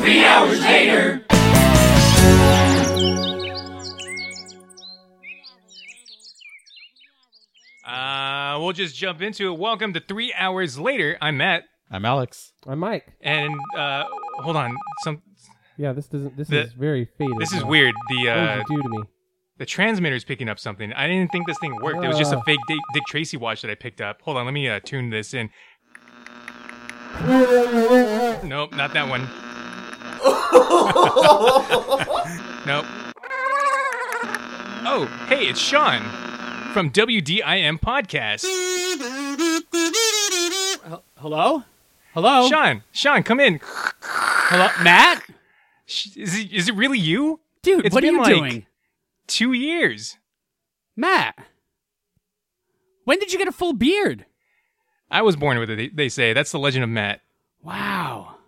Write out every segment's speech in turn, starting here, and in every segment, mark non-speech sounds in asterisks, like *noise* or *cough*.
Three hours later. Uh, we'll just jump into it. Welcome to Three Hours Later. I'm Matt, I'm Alex. I'm Mike. and uh, hold on. Some Yeah, this doesn't. This The- is very faded. this is now. weird. The What uh, did you do to me? the transmitter's picking up something. I didn't think this thing worked. It was just a Ah. fake Dick, Dick Tracy watch that I picked up. Hold on, let me uh, tune this in. Nope, not that one. nope. Oh, hey, it's Sean from WDIM Podcast. Hello? Hello? Oh. Sean, Sean, come in. Hello? Matt? Sh- Is it, is it really you? Dude, It's what are been you like- doing? Two years. Matt? When did you get a full beard? I was born with it, they- they say. That's the legend of Matt. Wow.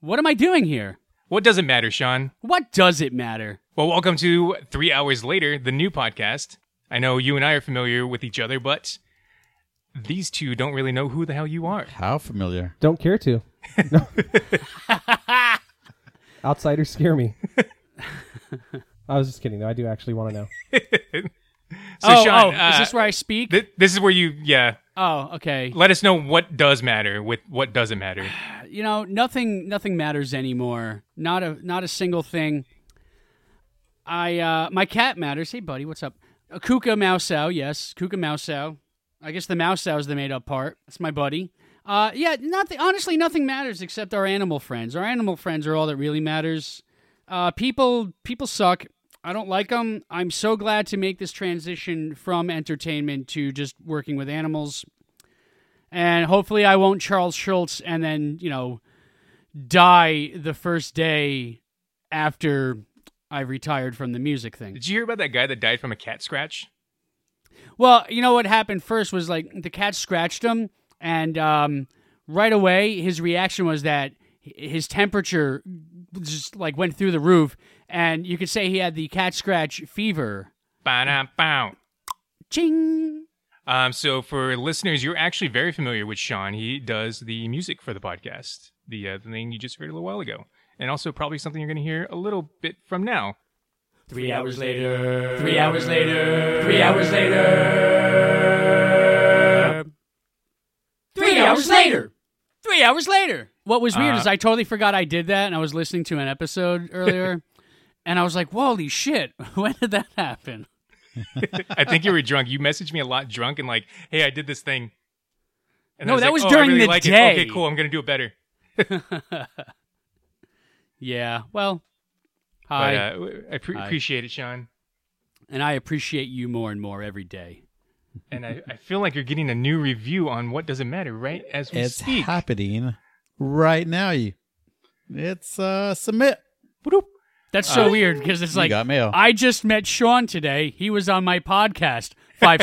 What am I doing here? What does it matter, Sean? What does it matter? Well, welcome to Three Hours Later, the new podcast. I know you and I are familiar with each other, but these two don't really know who the hell you are. How familiar? Don't care *laughs* to. No. Outsiders scare me. *laughs* I was just kidding though. I do actually want to know. So, oh, Sean, oh, uh, is this where I speak? thi- this is where you, yeah, oh, okay. let us know what does matter with what doesn't matter. You know, nothing nothing matters anymore. Not a not a single thing. I uh my cat matters. Hey buddy, what's up? A Kuka Mouseo, yes, Kuka Mouseo. I guess the Mouseo is the made up part. That's my buddy. Uh yeah, nothing honestly nothing matters except our animal friends. Our animal friends are all that really matters. Uh people people suck. I don't like them. I'm so glad to make this transition from entertainment to just working with animals and hopefully I won't Charles Schultz and then you know die the first day after I retired from the music thing. Did you hear about that guy that died from a cat scratch? Well, you know what happened first was like the cat scratched him, and um, right away his reaction was that h- his temperature just like went through the roof, and you could say he had the cat scratch fever. Ba-da-bow. Ching. Um, so for listeners, you're actually very familiar with Sean. He does the music for the podcast, the uh, the thing you just heard a little while ago, and also probably something you're going to hear a little bit from now. Three hours later. Three hours later. Three hours later. Three hours later. Three hours later. What was weird Uh, is I totally forgot I did that, and I was listening to an *laughs* episode earlier, and I was like, "Holy shit! *laughs* When did that happen?" I think *laughs* you were drunk. You messaged me a lot drunk and like, "Hey, I did this thing." And I No, that was "Oh, I during really the like it. day. Okay, cool. I'm going to do it better. Yeah. Well, But, hi, uh, I pre- Hi. appreciate it, Sean. and I appreciate you more and more every day. And I, I feel like you're getting a new review on what doesn't matter right as we It's speak. happening right now. You, it's uh submit. Whoop. That's so weird because it's You like got mail. I just met Sean today. He was on my podcast. Five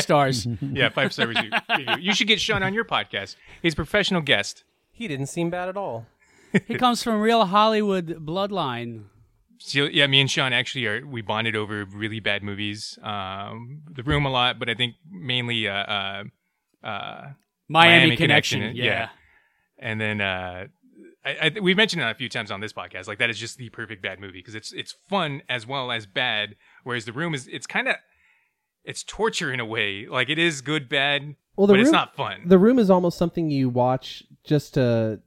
*laughs* stars. Yeah, five star review. review. You should get Sean on your podcast. He's a professional guest. He didn't seem bad at all. He comes from real Hollywood bloodline. So, yeah, me and Sean actually are we bonded over really bad movies. Um, the Room a lot, but I think mainly uh, uh, uh, Miami, Miami connection. Connection, Yeah. yeah. and then uh, I, I, we've mentioned it a few times on this podcast. Like that is just the perfect bad movie because it's it's fun as well as bad. Whereas The Room is it's kind of it's torture in a way. Like it is good bad, Well, but the it's room, not fun. the room is almost something you watch just to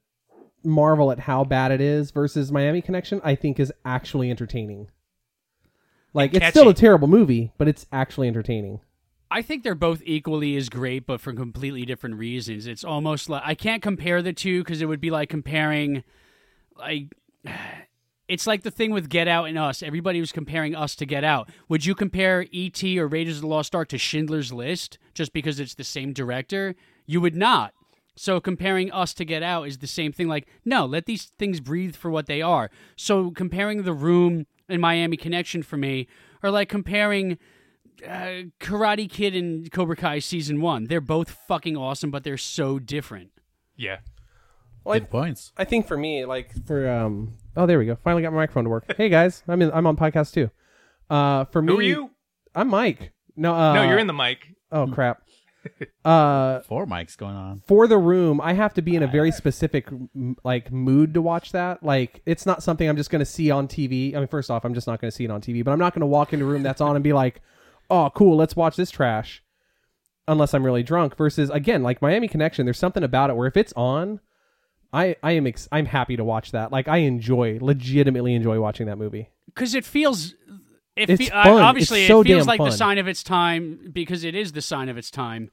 marvel at how bad it is. Versus Miami Connection, I think is actually entertaining. Like And it's still a catchy. terrible movie, but it's actually entertaining. I think they're both equally as great, but for completely different reasons. It's almost like I can't compare the two because it would be like comparing, like, *sighs* it's like the thing with Get Out and Us. Everybody was comparing Us to Get Out. Would you compare E.T. or Raiders of the Lost Ark to Schindler's List just because it's the same director? You would not. So comparing Us to Get Out is the same thing. Like, no, let these things breathe for what they are. So comparing The Room and Miami Connection for me are like comparing uh, Karate Kid and Cobra Kai season one. They're both fucking awesome, but they're so different. Yeah, Well, Good points. I think for me, like for um, oh, there we go. Finally got my microphone to work. hey guys, I'm in. I'm on podcast too. Uh, for me, who are you? I'm Mike. No, uh, no, you're in the mic. *laughs* Oh crap. Uh, Four mics going on. for the room, I have to be in a very specific m- like mood to watch that. Like it's not something I'm just going to see on TV. I mean, first off, I'm just not going to see it on TV, but I'm not going to walk into a room that's on and be like, "Oh, cool, let's watch this trash." Unless I'm really drunk versus again, like Miami Connection, there's something about it where if it's on, I I am ex- I'm happy to watch that. Like I enjoy legitimately enjoy watching that movie. because it feels it It's fe- fun. I, obviously It's so it feels damn like fun. the sign of its time because it is the sign of its time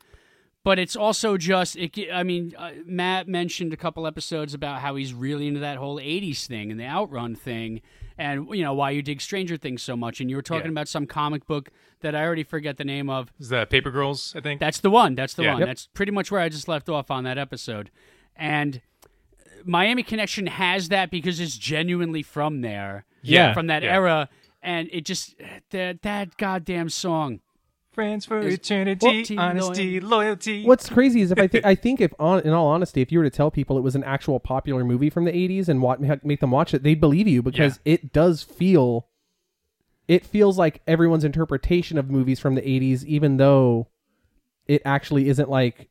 but it's also just it ge- i mean uh, matt mentioned a couple episodes about how he's really into that whole 80s thing and the outrun thing and you know why you dig stranger things so much and you were talking Yeah. about some comic book that i already forget the name of It's the Paper Girls, I think. that's the one. That's the Yeah. one. Yep. That's pretty much where I just left off on that episode. And Miami Connection has that because it's genuinely from there. Yeah. From that Yeah. era. And it just that that goddamn song. Friends for Is- eternity, Loyalty, honesty, loyalty. What's crazy is if I think I think if on in all honesty, if you were to tell people it was an actual popular movie from the '80s and wa- ha- make them watch it, they'd believe you because it does feel, it feels like everyone's interpretation of movies from the '80s, even though it actually isn't like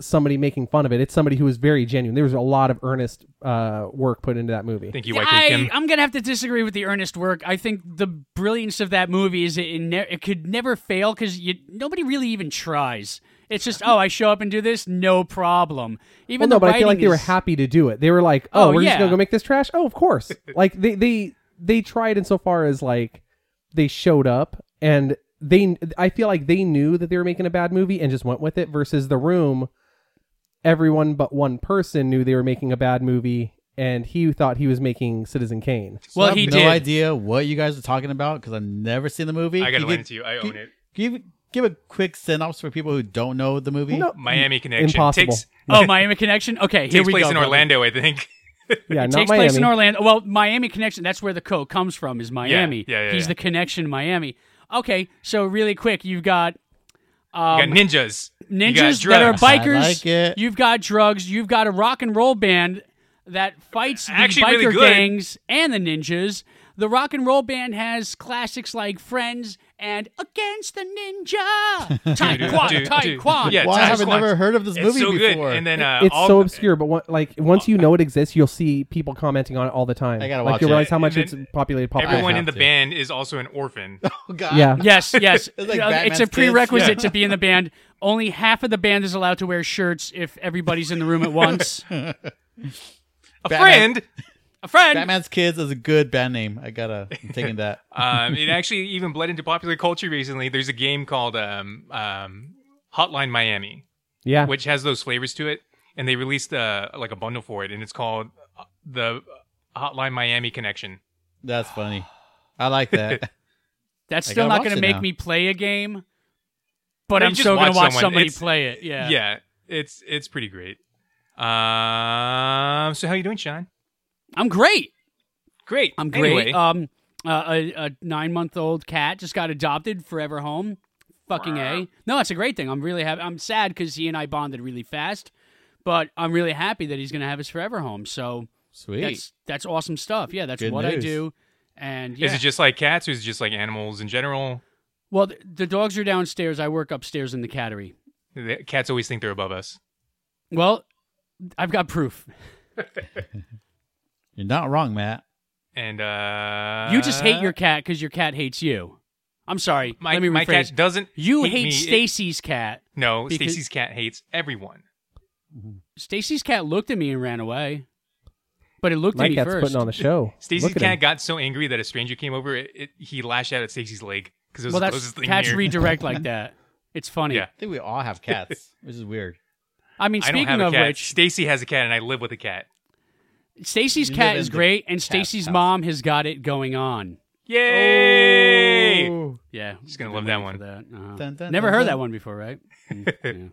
somebody making fun of it. It's somebody who is very genuine. There was a lot of earnest uh, work put into that movie. Thank you, Wycliffe I, Kim. I'm gonna have to disagree with the earnest work. I think the brilliance of that movie is it, it, ne- it could never fail because nobody really even tries. It's just oh, I show up and do this, no problem. Even well, no, the but I feel writing like they were is- happy to do it. They were like, "Oh, Oh, we're just yeah. gonna go make this trash." Oh, of *laughs* course. like they they they tried insofar as like they showed up and they I feel like they knew that they were making a bad movie and just went with it. Versus the room, everyone but one person knew they were making a bad movie, and he thought he was making Citizen *laughs* Kane. So Well, I have he no did. idea what you guys are talking about because I've never seen the movie. I Can gotta you lend give- it to you. I can own it. Give give a quick synopsis for people who don't know the movie. No, Miami Connection Impossible. takes Oh, Miami Connection. *laughs* Okay, here takes we place go. in brother. Orlando, I think. yeah, It not takes Miami. place in Orlando. Well, Miami Connection. That's where the co comes from. Is Miami. yeah, yeah, He's yeah. the connection to Miami. Okay, so really quick, you've got um, you got ninjas. you got ninjas that are drugs. *laughs* bikers. I like it. You've got drugs. You've got a rock and roll band that fights the Actually biker really good. gangs and the ninjas. The rock and roll band has classics like Friends and Against *laughs* the Ninja. Taekwondo, Taekwondo. Yeah, Why Taekwondo. have I never heard of this It's movie so good. before? And then uh, It's all, so obscure, but what, like once you know it exists, you'll see people commenting on it all the time. I gotta like watch you it. realize how much And it's then populated. pop everyone have in the to. band is also an *laughs* orphan. Oh, God. yeah, Yes, yes. *laughs* It's like Uh, Batman's it's a kids. prerequisite Yeah. to be in the band. Only half of the band is allowed to wear shirts if everybody's in *laughs* the room at once. A Batman. friend. A friend. Batman's Kids is a good band name. I gotta. I'm taking that. *laughs* Um, it actually even bled into popular culture recently. There's a game called um, um, Hotline Miami, yeah. which has those flavors to it, and they released uh, like a bundle for it, and it's called uh, the Hotline Miami Connection. That's funny. I like that. That's I still gotta not watch going it to make now. me play a game, but No, I'm you just still watch going to watch someone. somebody It's- play it. Yeah. Yeah, it's it's pretty great. Um, so how you doing, Sean? I'm great. Great. I'm great. Anyway, Um, uh, a, a nine month old cat just got adopted forever home. Fucking a. No, it's a great thing. I'm really happy. I'm sad because he and I bonded really fast, but I'm really happy that he's going to have his forever home. So Sweet. That's that's awesome stuff. Yeah, that's Good what I news. do. And Is yeah, it just like cats, or is it just like animals in general? well, the, the dogs are downstairs. I work upstairs in the cattery. The cats always think they're above us. Well, I've got proof. You're not wrong, Matt. And uh, You just hate your cat because your cat hates you. I'm sorry. My, Let me rephrase. my cat doesn't. you hate me. hate It- Stacy's cat. no, because- Stacy's cat hates everyone. Stacy's cat looked at me and ran away, but it looked My at me cat's first. putting on a *laughs* show. Stacy's Look at cat him. got so angry that a stranger came over. It, it, he lashed out at Stacy's leg because it was well, the that's closest thing cats here. *laughs* redirect like that. It's funny. Yeah. I think we all have cats, which is weird. I mean, I don't speaking have a of cat. which, Stacy has a cat, and I live with a cat. Stacy's You cat live is in the great, and cat's Stacy's house. mom has got it going on. Yay! Oh. Yeah, She's gonna been love that waiting for that. Uh-huh. Dun, dun, Never dun, heard dun. that one *laughs* before, right? Mm, yeah.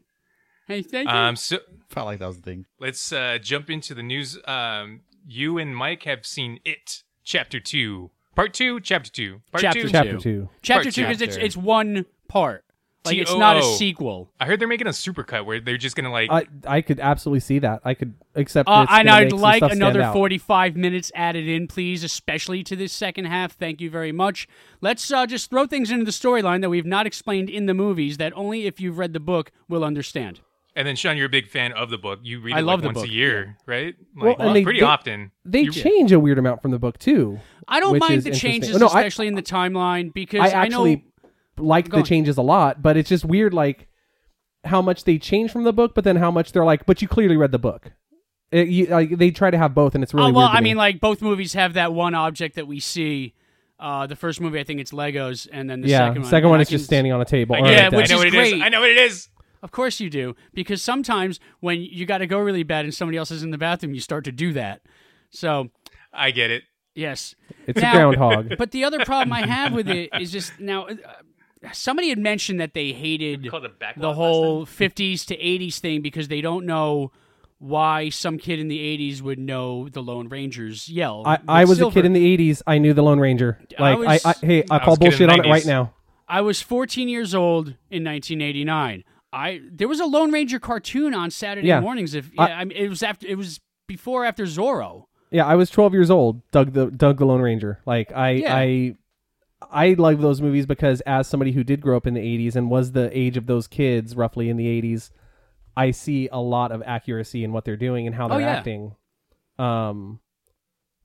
Hey, thank you. Um, so Felt like that was the thing. let's uh, jump into the news. Um, you and Mike have seen it, chapter two, part two, chapter two, part Chapter two. two. Chapter two. chapter part two because it's chapter. it's one part. Like it's not a TOO. sequel. I heard they're making a supercut where they're just gonna like I I could absolutely see that. I could accept. Uh, it's and gonna I'd make some like stuff stand another out. 45 minutes added in, please, especially to this second half. Thank you very much. Let's uh, just throw things into the storyline that we've not explained in the movies that only if you've read the book will understand. And then Sean, you're a big fan of the book. You read it I love like the once book, a year, right? Well, Like and they- pretty they- often. They You- change a weird amount from the book too. I don't which mind is the interesting. Oh, changes, No, I- especially in the timeline, because I I, actually know. like Go the on. changes a lot, but it's just weird, like how much they change from the book, but then how much they're like, but you clearly read the book. It, you, like, they try to have both, and it's really oh, well, weird to I me. mean, like both movies have that one object that we see. Uh, the first movie, I think it's Legos, and then the yeah, second one. second and one I is can- just standing on a table. I or get Yeah, it. like I which know that. is what it is. great. I know what it is. Of course you do, because sometimes when you got to go really bad and somebody else is in the bathroom, you start to do that. So I get it. yes, it's Now- a *laughs* groundhog. But the other problem I have with it is just now. Uh, somebody had mentioned that they hated called it backlot the last whole 50s to 80s thing because they don't know why some kid in the 80s would know the Lone Rangers yell. I, with I was a silver. kid in the '80s. I knew the Lone Ranger. Like I, was- I, hey, I was call a kid in bullshit the on it 90s. right now. I was 14 years old in 1989. I there was a Lone Ranger cartoon on Saturday Yeah. mornings. If yeah, I- I, mean, it was after it was before after Zorro. Yeah, I was 12 years old. Doug the Doug the Lone Ranger. Like I Yeah. I I love those movies because as somebody who did grow up in the 80s and was the age of those kids roughly in the 80s, I see a lot of accuracy in what they're doing and how Oh, they're yeah. acting. Um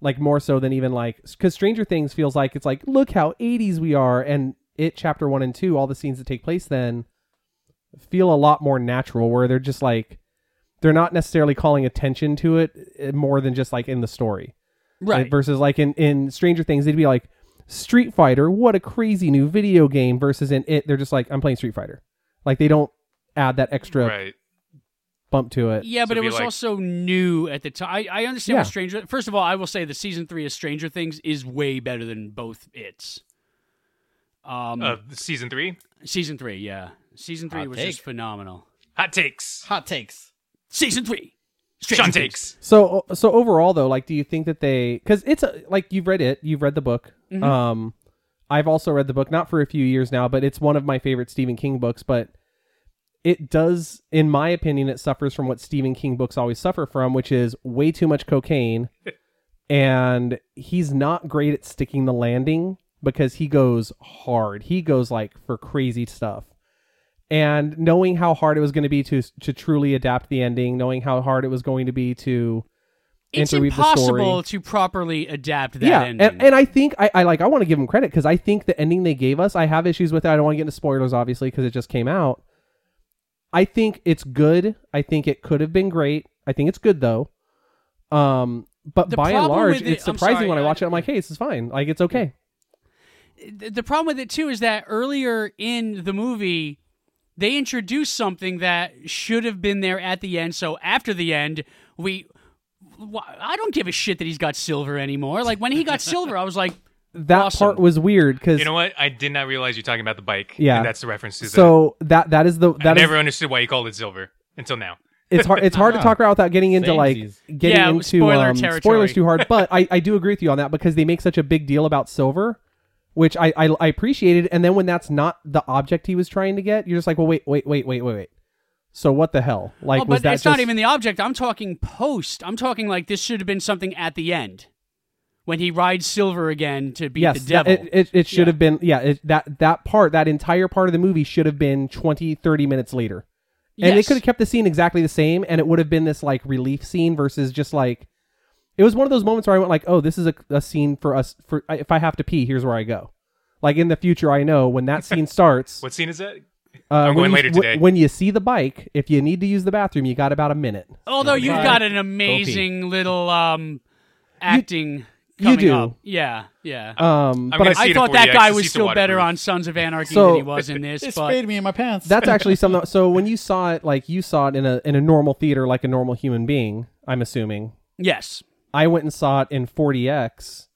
like more so than even like cuz Stranger Things feels like it's like look how 80s we are and it chapter 1 and 2 all the scenes that take place then feel a lot more natural where they're just like they're not necessarily calling attention to it eh, more than just like in the story. Right. Versus like in, in Stranger Things, they'd be like, Street Fighter, what a crazy new video game. Versus in it, they're just like, I'm playing Street Fighter. Like they don't add that extra Right. bump to it. Yeah, So but it be was like- also new at the time. I, I understand Yeah. what Stranger. First of all, I will say the season three of Stranger Things is way better than both its. Um, Of season three, season three, yeah, season three Hot was just take. phenomenal. hot takes. Hot takes. Season three, Stranger Sean Things. takes. So so overall though, like, do you think that they? Because it's a, like you've read it, you've read the book. Um, I've also read the book, not for a few years now, but it's one of my favorite Stephen King books. But it does, in my opinion, it suffers from what Stephen King books always suffer from, which is way too much cocaine, and he's not great at sticking the landing because he goes hard. He goes like for crazy stuff and knowing how hard it was going to be to to truly adapt the ending, knowing how hard it was going to be to It's interweave the impossible story. to properly adapt that yeah, ending. and and I think I, I like I want to give him credit because I think the ending they gave us, I have issues with it. I don't want to get into spoilers obviously because it just came out. I think it's good. I think it could have been great. I think it's good though. Um, but The by and problem large, with it- it's I'm surprising sorry, when I I- watch it. I'm like, hey, this is fine. Like it's okay. Th- the problem with it too is that earlier in the movie they introduced something that should have been there at the end so after the end we wh- i don't give a shit that he's got silver anymore like when *laughs* he got silver i was like That Mm. Awesome. part was weird because You know what? I did not realize you're talking about the bike. Yeah. and that's the reference to. so that that is the the, I that is never understood why you called it silver until now. it's hard it's *laughs* hard to talk about without getting into like Samesies. getting Yeah, into spoiler um, territory. spoilers too hard *laughs* but I, I do agree with you on that because they make such a big deal about silver which I, I i appreciated and then when that's not the object he was trying to get you're just like well wait wait wait wait wait wait so what the hell like oh, was but that it's not just- even the object i'm talking post i'm talking like this should have been something at the end when he rides silver again to beat yes the devil that- it, it, it should have been yeah it, that that part that entire part of the movie should have been 20 30 minutes later And they Yes. could have kept the scene exactly the same, and it would have been this like relief scene versus just like it was one of those moments where I went like, "Oh, this is a, a scene for us. For if I have to pee, here's where I go." Like in the future, I know when that scene *laughs* starts. What scene is that? uh, I'm when going you- later w- today. When you see the bike, if you need to use the bathroom, you got about a minute. although you've God. got an Go pee. amazing little um acting coming do. up yeah yeah I'm Um, but gonna *laughs* I- see I it thought in that 40X guy to see if was the still better waterproof. on Sons of Anarchy So- than he *laughs* was in this. It but sprayed me in my pants. that's actually something. So when you saw it, like you saw it in a in a normal theater, like a normal human being, I'm assuming. yes, I went and saw it in 40x,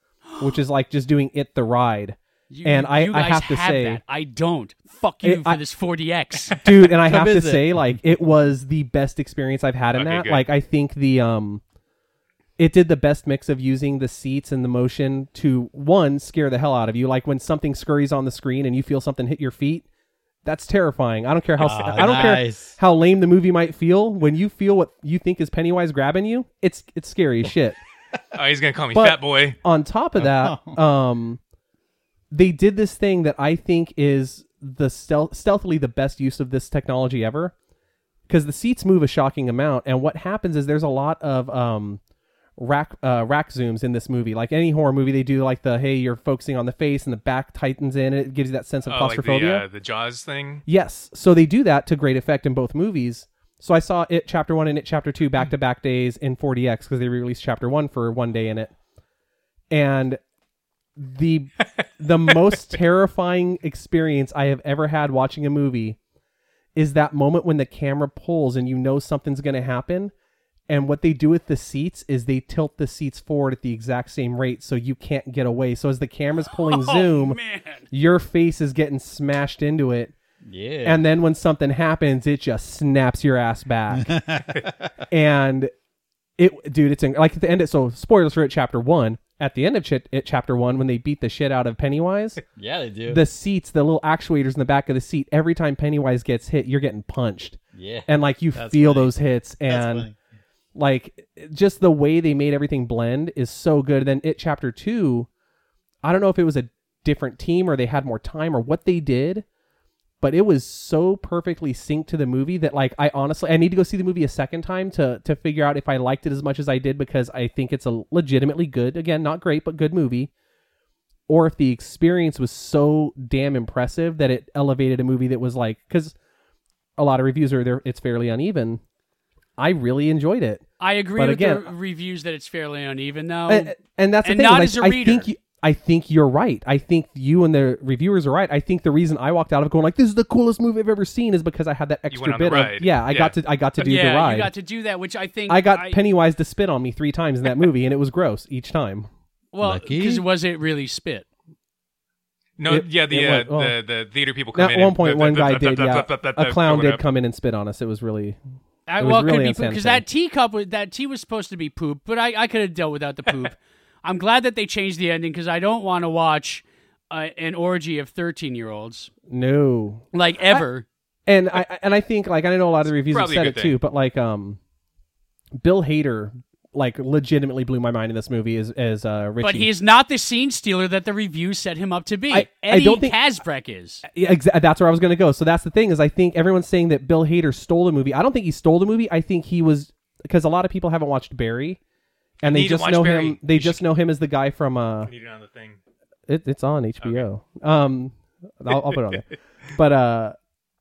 which is like just doing it the ride. You- And I- you I guys have to say- that. I don't. Fuck you It- for I- *laughs* this 40x. dude *laughs* and i Come have to visit. say like it was the best experience i've had in Okay, that good. like i think the um it did the best mix of using the seats and the motion to one scare the hell out of you like when something scurries on the screen and you feel something hit your feet That's terrifying. I don't care how Ah, I don't nice. care how lame the movie might feel. When you feel what you think is Pennywise grabbing you, it's it's scary as shit. Oh, he's gonna call me But- fat boy. *laughs* on top of that, Oh. um, they did this thing that I think is the stealth- stealthily the best use of this technology ever, because the seats move a shocking amount, and what happens is there's a lot of um, rack uh, rack zooms in this movie. Like any horror movie, they do like the hey, you're focusing on the face, and the back tightens in, and it gives you that sense Oh, of like claustrophobia. the uh, the Jaws thing. Yes. So they do that to great effect in both movies. So I saw it chapter one and it chapter two back to back days in 40X because they released chapter one for one day in it. And the the most terrifying experience I have ever had watching a movie is that moment when the camera pulls and you know something's gonna happen. And what they do with the seats is they tilt the seats forward at the exact same rate so you can't get away. So as the camera's pulling zoom, your face is getting smashed into it. Yeah. And then when something happens, it just snaps your *laughs* ass back. and it, dude, it's in, like at the end. Of, so spoilers for it, chapter one. At the end of chit, it, chapter one, when they beat the shit out of *laughs* Pennywise, yeah, they do. the seats, the little actuators in the back of the seat, every time Pennywise gets hit, you're getting punched, yeah. and like you That's feel funny. those hits, That's and funny. like just the way they made everything blend is so good. Then it chapter two, I don't know if it was a different team or they had more time or what they did, but it was so perfectly synced to the movie that like I honestly I need to go see the movie a second time to to figure out if I liked it as much as I did because I think it's a legitimately good again not great but good movie. Or if the experience was so damn impressive that it elevated a movie that was like, because a lot of reviews are there, it's fairly uneven. I really enjoyed it. I agree But with the again- reviews that it's fairly uneven, though. and, and that's the thing. Um, and not like, as a I reader. think you, I think you're right. I think you and the reviewers are right. I think the reason I walked out of going like this is the coolest movie I've ever seen is because I had that extra went on the bit ride. of yeah. I Yeah. got to I got to do yeah, the ride. you got to do that, which I think I got Pennywise to spit on me three *laughs* times in that movie, and it was gross each time. well Lucky. because was it really spit? No, It- yeah, the, it uh, went- oh. the the theater people come Now, in. at and- one point, one guy did. Yeah, a clown going did up. come in and spit on us. It was really I, It was well, it really could be because unsanitary. that teacup was- that tea was supposed to be poop, but I, I could have *laughs* dealt without the poop. I'm glad that they changed the ending because I don't want to watch uh, an orgy of 13 year olds no. like ever. And I I- and I think like I know a lot of the reviews have probably a said it good too, thing. but like um, Bill Hader like legitimately blew my mind in this movie as as uh Richie. but he is not the scene stealer that the review set him up to be. I- I Eddie don't think- Kazbrek is. Yeah, exa- that's where I was going to go. So that's the thing is, I think everyone's saying that Bill Hader stole the movie. I don't think he stole the movie. I think he was because a lot of people haven't watched Barry, and You they need to just watch know Barry. him. They You just know him as the guy from uh, I need it on the thing. it, it's on HBO. Um, I'll, I'll put it on *laughs* there. But uh,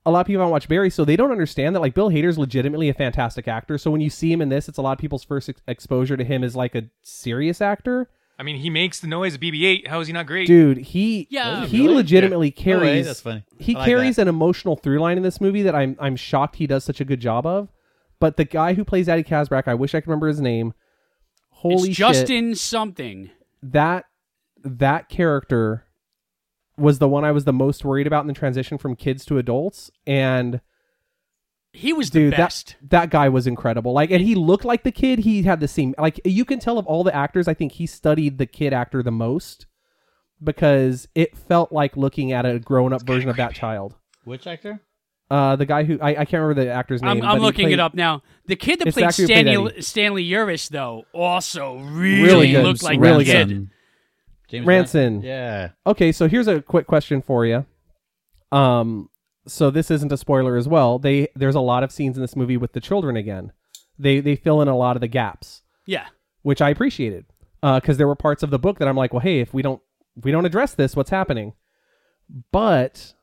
a lot of people haven't watched Barry, so they don't understand that like Bill Hader's legitimately a fantastic actor. So when you see him in this, it's a lot of people's first ex- exposure to him as like a serious acactor. I mean, he makes the noise of BB-8. How is he not great? Dude, he Yeah. he Really? legitimately No way, carries that's funny. he I like carries that. an emotional through line in this movie that I'm I'm shocked he does such a good job of. But the guy who plays Eddie Kazbrak, I wish I could remember his name. Holy it's shit! Justin something. That that character was the one I was the most worried about in the transition from kids to adults, and He was dude, the best. that that guy was incredible. Like, and he looked like the kid. He had the same like you can tell of all the actors. I think he studied the kid actor the most because it felt like looking at a grown up version of that child. Which actor? Uh, the guy who I, I can't remember the actor's name. I'm, but I'm he looking played- it up now. The kid that It's the played actor who played Stanley, Eddie. Stanley Uris, though, also Really really, good. looked like Really the good. kid. James Ranson. Yeah. Okay, so here's a quick question for you. Um, so this isn't a spoiler as well. They there's a lot of scenes in this movie with the children again. They they fill in a lot of the gaps, Yeah. which I appreciated because there were parts of the book that I'm like, well, hey, if we don't if we don't address this, what's happening? But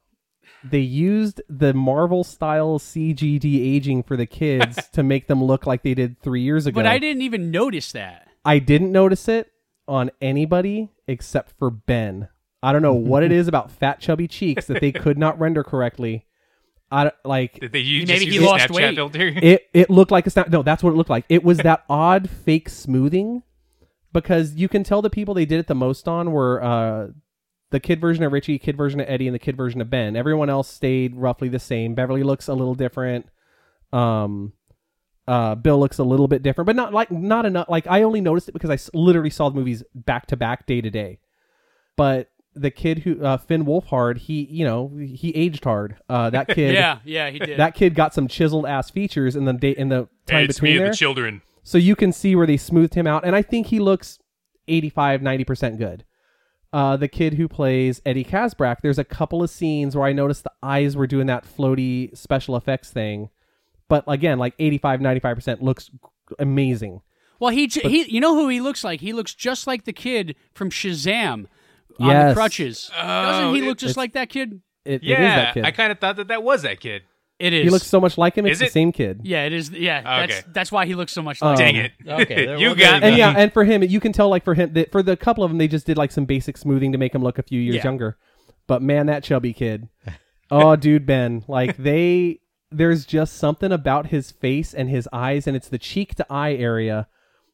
they used the Marvel style CGD aging for the *laughs* kids to make them look like they did three years ago. But I didn't even notice that. I didn't notice it on anybody except for Ben. I don't know what it is about fat chubby cheeks that they could not render correctly. I don't- like Did they use, Maybe just he use a lost Snapchat weight. filter? *laughs* it it looked like a snap no, that's what it looked like. It was that *laughs* odd fake smoothing because you can tell the people they did it the most on were uh the kid version of Richie, kid version of Eddie, and the kid version of Ben. Everyone else stayed roughly the same. Beverly looks a little different. Um, uh, Bill looks a little bit different, but not like not enough. Like I only noticed it because I s- literally saw the movies back to back, day to day. But the kid who uh, Finn Wolfhard, he you know he aged hard. Uh, that kid, Yeah, yeah, he did. that kid got some chiseled ass features in the day in the time *laughs* it's between me there. and the children. so you can see where they smoothed him out, and I think he looks 85, 90 percent good. Uh, the kid who plays Eddie Casbrack, there's a couple of scenes where I noticed the eyes were doing that floaty special effects thing, but again, like 85, 95 percent looks g- amazing. well, he j- he, you know who he looks like? He looks just like the kid from Shazam on the Yes. crutches. Doesn't Oh, he it- look just It's- like that kid? It, it is Yeah, that kid. I kind of thought that that was that kid. It is. he looks so much like him. It's Is the it? same kid. Yeah, it is. Yeah, that's Okay. that's why he looks so much like. Um, Dang it! okay, *laughs* there- you well, got there me. and yeah, and for him, you can tell like for him that for the couple of them, they just did like some basic smoothing to make him look a few years Yeah. younger. But man, that chubby kid. Oh, dude, Ben, like they there's just something about his face and his eyes, and it's the cheek to eye area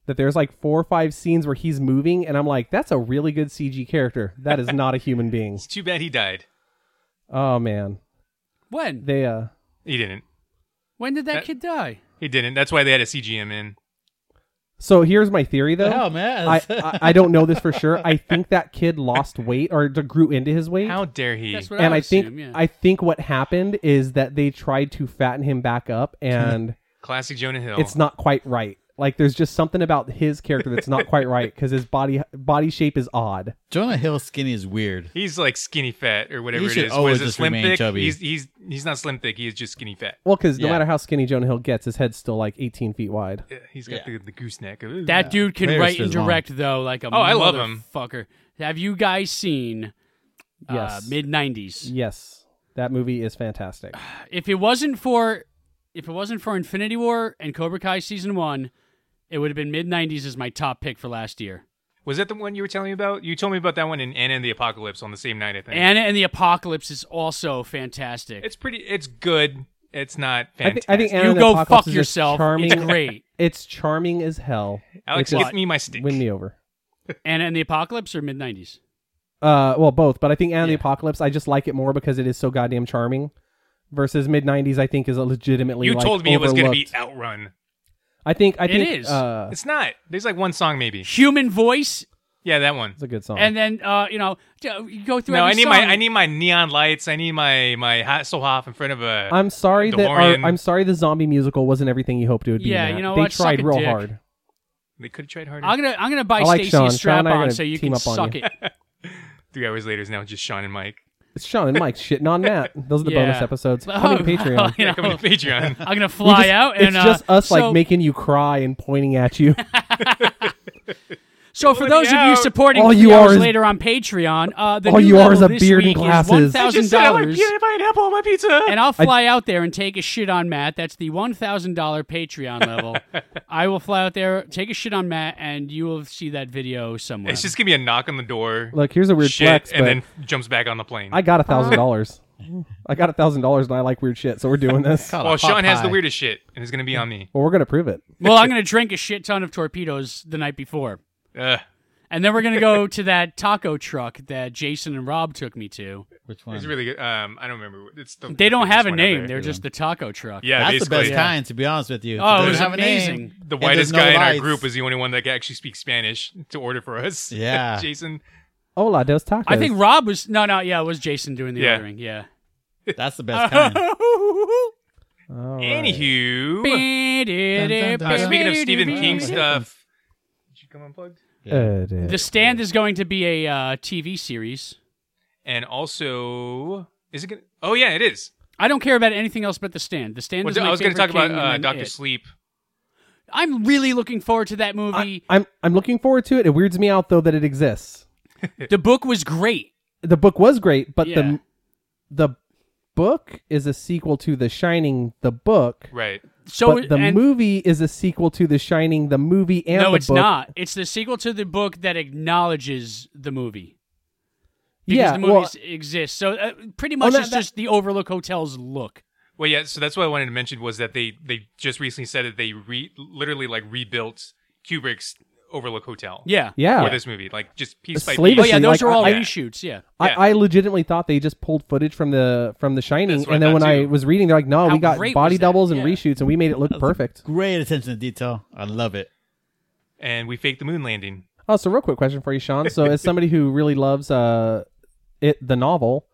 that there's like four or five scenes where he's moving, and I'm like, that's a really good CG character. That is not a *laughs* human being. It's too bad he died. Oh man, when they uh, He didn't. when did that that- kid die? He didn't. That's why they had a CGM in. So here's my theory though. Hell, man. *laughs* I, I I don't know this for sure. I think that kid lost weight or grew into his weight. How dare he? That's what and I, I, would think assume, yeah. I think what happened is that they tried to fatten him back *laughs* up, and Classic Jonah Hill. it's not quite right. Like there's just something about his character that's not quite right because his body body shape is odd. Jonah Hill skinny is weird. He's like skinny fat or whatever He it should is. always Was it just slim remain thick? chubby. He's he's he's not slim thick. He is just skinny fat. Well, because no Yeah. matter how skinny Jonah Hill gets, his head's still like 18 feet wide. Yeah, He's got Yeah. the, the gooseneck. Ooh. that dude can Maybe it's write and his mom. direct though, like a Oh, I love him. motherfucker. Have you guys seen uh, Yes, mid nineties? yes, that movie is fantastic. If it wasn't for if it wasn't for Infinity War and Cobra Kai season one, it would have been mid nineties as my top pick for last year. was that the one you were telling me about? You told me about that one in Anna and the Apocalypse on the same night. I think Anna and the Apocalypse is also fantastic. it's pretty. It's good. It's not I think fantastic. I think Anna you and the go Apocalypse fuck is just yourself. Charming, It's great. *laughs* it's charming as hell. Alex, It give just me my stick. win me over. Anna and the Apocalypse or mid nineties? Uh, well, both, but I think Anna and Yeah. the Apocalypse. I just like it more because it is so goddamn charming. Versus mid '90s, I think is a legitimately. you like, told me it was going to be Outrun. I think. I It think is. Uh, It's not. There's like one song maybe. Human voice, Yeah, that one. it's a good song. and then uh, you know you go through. No, every I need song. my I need my neon lights. I need my my Hasselhoff in front of a. I'm sorry that our, DeLorean. I'm sorry the zombie musical wasn't everything you hoped it would be. Yeah, Matt. you know they what? Suck tried a real dick. hard. they could have tried harder. I'm gonna I'm gonna buy I like Stacy Sean. a Sean strap and I are on gonna so you team can up on suck you. it. Three hours later is now just Sean and Mike. It's Sean and Mike shitting on *laughs* Matt. Those are the Yeah. bonus episodes. *laughs* Coming to Patreon. You Yeah, know, coming to Patreon. I'm *laughs* gonna We fly just- out it's and uh, just us so- like making you cry and pointing at *laughs* you. So for Let those me of you out. supporting All three you are hours is- later on Patreon, uh, the all new you are level is a this beard and week is glasses. I I One thousand just said I like dollars, peanut pineapple on my pizza. and I'll fly out there and take a shit on Matt. That's the one thousand dollar *laughs* Patreon level. I will fly out there, take a shit on Matt, and you will see that video somewhere. it's just gonna be a knock on the door. Look, here's a weird shit, flex, but and then jumps back on the plane. *laughs* I got a thousand dollars. I got a thousand dollars, and I like weird shit, so we're *laughs* doing this. Call it well, Sean has the Popeye. weirdest shit, and it's gonna be on me. Well, we're gonna prove it. well, I'm gonna drink a shit ton of torpedoes the night before. Ugh. And then we're gonna go to that taco truck that Jason and Rob took me to. Which one? It's really good. Um, I don't remember. what- It's the, They don't the biggest have a one out there. name; they're just the taco truck. yeah, That's the basically. best kind, to be honest with you. Oh, it They was have a name. amazing. The And there's whitest no guy in lights. our group is the only one that can actually speak Spanish to order for us. *laughs* Yeah. Jason. Hola dos tacos. I think Rob was no, no, yeah, it was Jason doing the Yeah. ordering. Yeah. *laughs* That's the best kind. All right. Anywho, uh, Uh, speaking of Stephen uh, King stuff, did you come unplugged? It is. The Stand is going to be a uh, TV series. And also, is it? Gonna, oh yeah, it is. I don't care about anything else but The Stand. The Stand Well, is my I was gonna favorite talk about King uh, and then Doctor it. Sleep. I'm really looking forward to that I, movie. I'm I'm looking forward to it. It weirds me out though that it exists. the book was great. The book was great, but Yeah. the the book is a sequel to The Shining, the book. Right. So but the and, movie is a sequel to The Shining, the movie, and no, the it's book. not. It's the sequel to the book that acknowledges the movie. Because yeah, the well, movies exist. So uh, pretty much that- it's that- just the Overlook Hotel's look. Well, yeah. So that's what I wanted to mention was that they they just recently said that they re literally like rebuilt Kubrick's Overlook Hotel. Yeah. yeah. For this movie, like just piece by Sleep piece. Oh yeah, Obviously, those like, are all I- reshoots, yeah. yeah. I, I legitimately thought they just pulled footage from the from The Shining, That's what I and then thought, when I too. was reading, they're like, "No, How we got great body was that? doubles and Yeah. reshoots, and we made it look perfect." Great attention to detail. I love it. and we faked the moon landing. Oh, so real quick question for you, Sean. So, as somebody who really loves uh, it the novel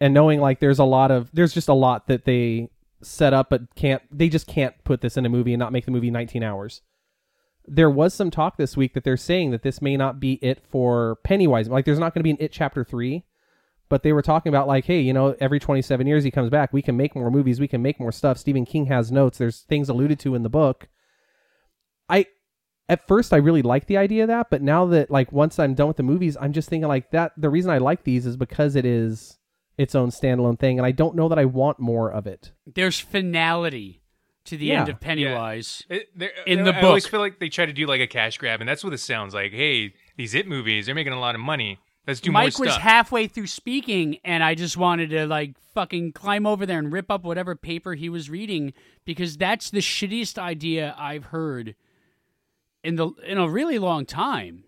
and knowing like there's a lot of there's just a lot that they set up but can't they just can't put this in a movie and not make the movie 19 hours there was some talk this week that they're saying that this may not be it for pennywise like there's not going to be an it chapter 3 but they were talking about like hey you know every 27 years he comes back we can make more movies we can make more stuff stephen king has notes there's things alluded to in the book i at first I really liked the idea of that, but now that like once I'm done with the movies, I'm just thinking like that the reason I like these is because it is its own standalone thing and I don't know that I want more of it. There's finality to the end Yeah. of Pennywise. It- they're- In they're- the I always book. feel like they try to do like a cash grab, and that's what it sounds like. Hey, these hit movies, they're making a lot of money. Let's do Mike more was stuff. halfway through speaking, and I just wanted to like fucking climb over there and rip up whatever paper he was reading because that's the shittiest idea I've heard in the in a really long time.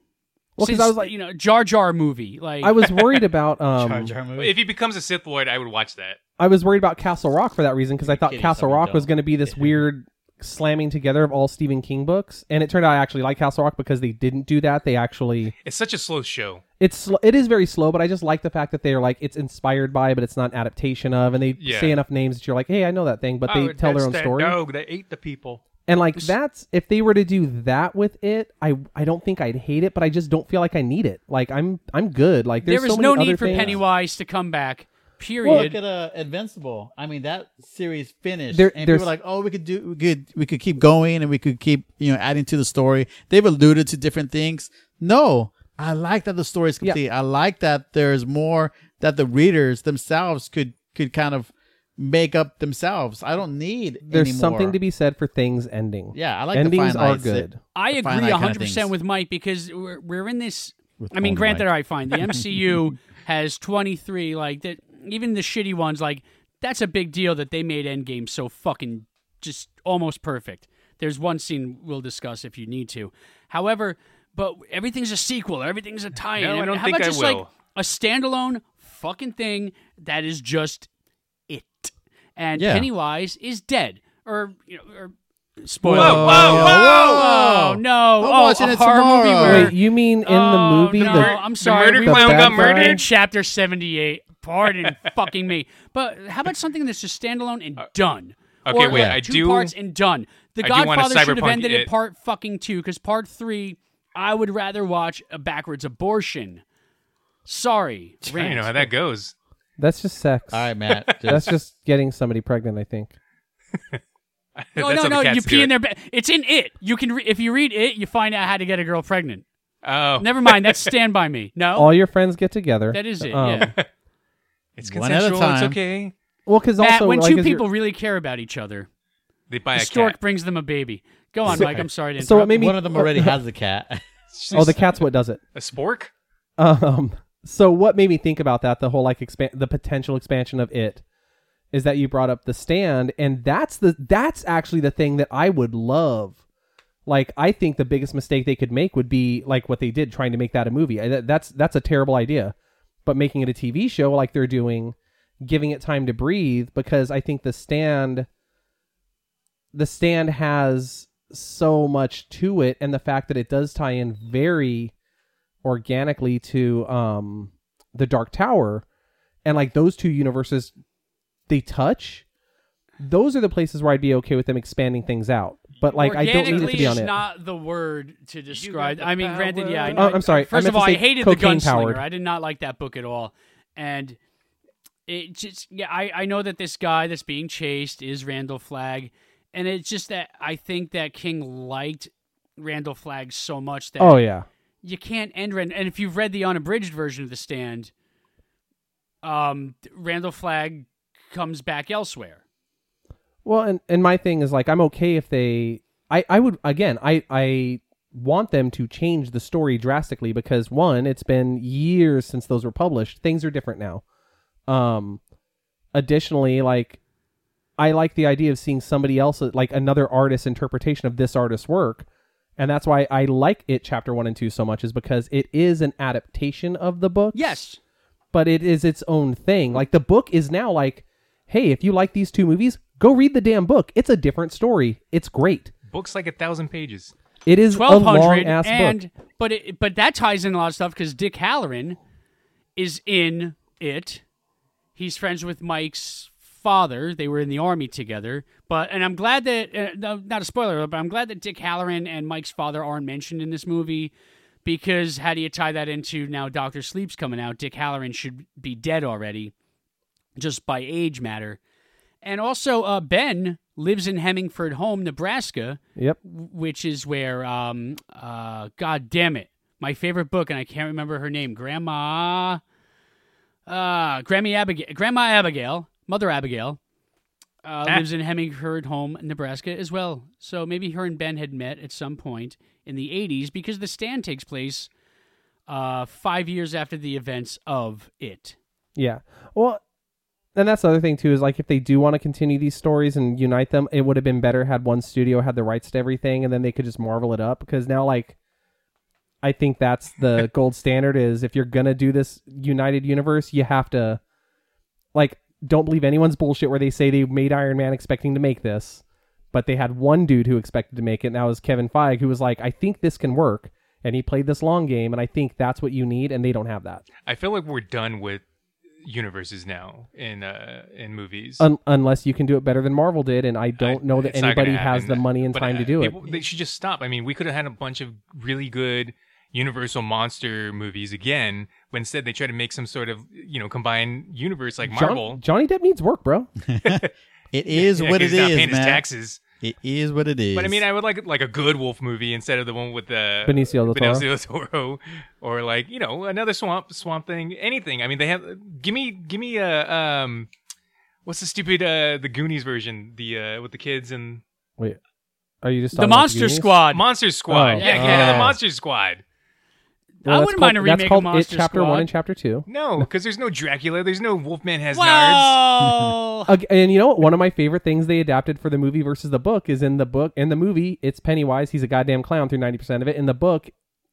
Well, 'cause Since, I was like- you know, Jar Jar movie. Like I *laughs* was worried about um Jar Jar movie. if he becomes a Sith Lord, I would watch that. I was worried about Castle Rock for that reason because I thought kidding, Castle someone Rock was don't. going to *laughs* be this weird slamming together of all Stephen King books and it turned out I actually like Castle Rock because they didn't do that. They actually It's such a slow show. it's sl- it is very slow, but I just like the fact that they're like it's inspired by but it's not an adaptation of and they Yeah. say enough names that you're like, "Hey, I know that thing," but they Oh, tell their own story. dog that ate the people. And like that's if they were to do that with it, I I don't think I'd hate it, but I just don't feel like I need it. Like I'm I'm good. Like there's there is so no many need other for things. Pennywise to come back. Well, look Period. at uh, Invincible. I mean, that series finished, There- and there's- people were like, "Oh, we could do, we could, we could keep going, and we could keep, you know, adding to the story." They've alluded to different things. No, I like that the story is Yeah. complete. I like that there's more that the readers themselves could could kind of make up themselves. I don't need. There's any something more. to be said for things ending. Yeah, I like the endings fine are lines that- good. I to agree find that kind of 100% things. with Mike because we're, we're in this. With I mean, only granted, Mike. *laughs* I find the MCU has 23, like, that even the shitty ones, like, that's a big deal that they made Endgame so fucking just almost perfect. There's one scene we'll discuss if you need to. However, but everything's a sequel, everything's a tie in. No, I don't How think about I just, like, will. a standalone fucking thing that is just it? And Yeah. Pennywise is dead. Or, you know, or Whoa, spoiler. whoa, whoa! Oh no! I'm oh, watching a it horror tomorrow. movie where Wait, you mean in the Oh, movie? no, the, I'm sorry, The murder we- clown The got bad we're in murdered. chapter seventy-eight. *laughs* Pardon fucking me. But how about something that's just standalone and done? Uh, okay, Or wait, I two do- parts and done. The I do wanna Godfather should have cyberpunk ended at it. part fucking two because part three, I would rather watch a backwards abortion. *laughs* Sorry, I don't rant. know how that goes. *laughs* That's just sex. All right, Matt. *laughs* That's *laughs* Just, just getting somebody pregnant. I think. No, That's how no, the no! cats You do pee in it. their bed. It's in it. You can re- if you read it, you find out how to get a girl pregnant. Oh, Never mind. *laughs* That's Stand by Me. No, All your friends get together. Oh. that is it. Oh. Um, yeah. it's One at a consensual. It's time. okay. Well, because Matt, also when like, two as you're- people really care about each other, They buy the a stork cat. brings them a baby. Go on, Mike. I'm sorry to interrupt. So what made me? one of them *laughs* already has a cat. *laughs* Oh, the cat's what does it. a spork. Um, so what made me think about that, the whole like expand the potential expansion of it is that you brought up the stand and that's the that's actually the thing that I would love. Like I think the biggest mistake they could make would be like what they did trying to make that a movie. I, that, that's that's a terrible idea. But making it a TV show like they're doing, giving it time to breathe because I think the stand the stand has so much to it and the fact that it does tie in very organically to um the dark tower and like those two universes they touch those are the places where i'd be okay with them expanding things out but like i don't need it to be on is it not the word to describe. the I mean, granted, yeah. I power. know. Oh, I'm sorry. I First meant of to all, I say hated the cocaine gunslinger. powered. I did not like that book at all, and it just yeah. I I know that this guy that's being chased is Randall Flagg, and it's just that I think that King liked Randall Flagg so much that oh yeah you can't end Rand. And if you've read the unabridged version of the stand, um, Randall Flagg comes back elsewhere. Well, and and my thing is like I'm okay if they I I would again I I want them to change the story drastically because one it's been years since those were published. Things are different now. Um additionally like I like the idea of seeing somebody else like another artist's interpretation of this artist's work. And that's why I like it chapter 1 and 2 so much is because it is an adaptation of the book Yes, but it is its own thing. Like the book is now like, hey, if you like these two movies, go read the damn book. It's a different story. It's great. Books like a thousand pages. It is a twelve long hundred, ass and book. but it, but that ties in a lot of stuff because Dick Halloran is in it. He's friends with Mike's father. They were in the army together. But and I'm glad that uh, no, not a spoiler, but I'm glad that Dick Halloran and Mike's father aren't mentioned in this movie because how do you tie that into now Doctor Sleep's coming out? Dick Halloran should be dead already, just by age matter. And also, uh, Ben lives in Hemingford Home, Nebraska, Yep. which is where um uh god damn it my favorite book and i can't remember her name grandma uh grammy abigail grandma abigail mother abigail Ah. uh, lives in hemingford home nebraska as well so maybe her and ben had met at some point in the 80s because the stand takes place uh five years after the events of it Yeah. Well, and that's the other thing too is like if they do want to continue these stories and unite them, it would have been better had one studio had the rights to everything, and then they could just marvel it up. Because now, like, I think that's the gold standard is if you're gonna do this united universe, you have to, like, don't believe anyone's bullshit where they say they made Iron Man expecting to make this, but they had one dude who expected to make it, and that was Kevin Feige, who was like, I think this can work, and he played this long game, and I think that's what you need, and they don't have that. I feel like we're done with universes now in uh in movies. Un- unless you can do it better than Marvel did, and I don't I- know that it's not gonna anybody has happen, the money and but time I- to do people- They should just stop. I mean, we could have had a bunch of really good Universal monster movies again, but instead they try to make some sort of you know combined universe like it. John- Marvel. Johnny Depp needs work, bro. It is Yeah, what 'cause it he's not is, paying his man. taxes. It is what it is. But I mean, I would like like a good Wolf movie instead of the one with the Benicio del Toro. Benicio del Toro, *laughs* or like you know another swamp swamp thing. Anything. I mean, they have give me give me a um, what's the stupid uh the Goonies version the uh with the kids and Wait, are you just the talking about monster Goonies? squad Monster Squad. Oh. yeah, yeah, Oh. the Monster Squad. Well, I that's wouldn't called- mind a remake That's of called Monster it, chapter Squad. one and chapter two. No, because there's no Dracula. There's no Wolfman has nards. *laughs* wow Ag- And you know what? One of my favorite things they adapted for the movie versus the book is in the book in the movie. It's Pennywise. He's a goddamn clown through ninety percent of it. In the book,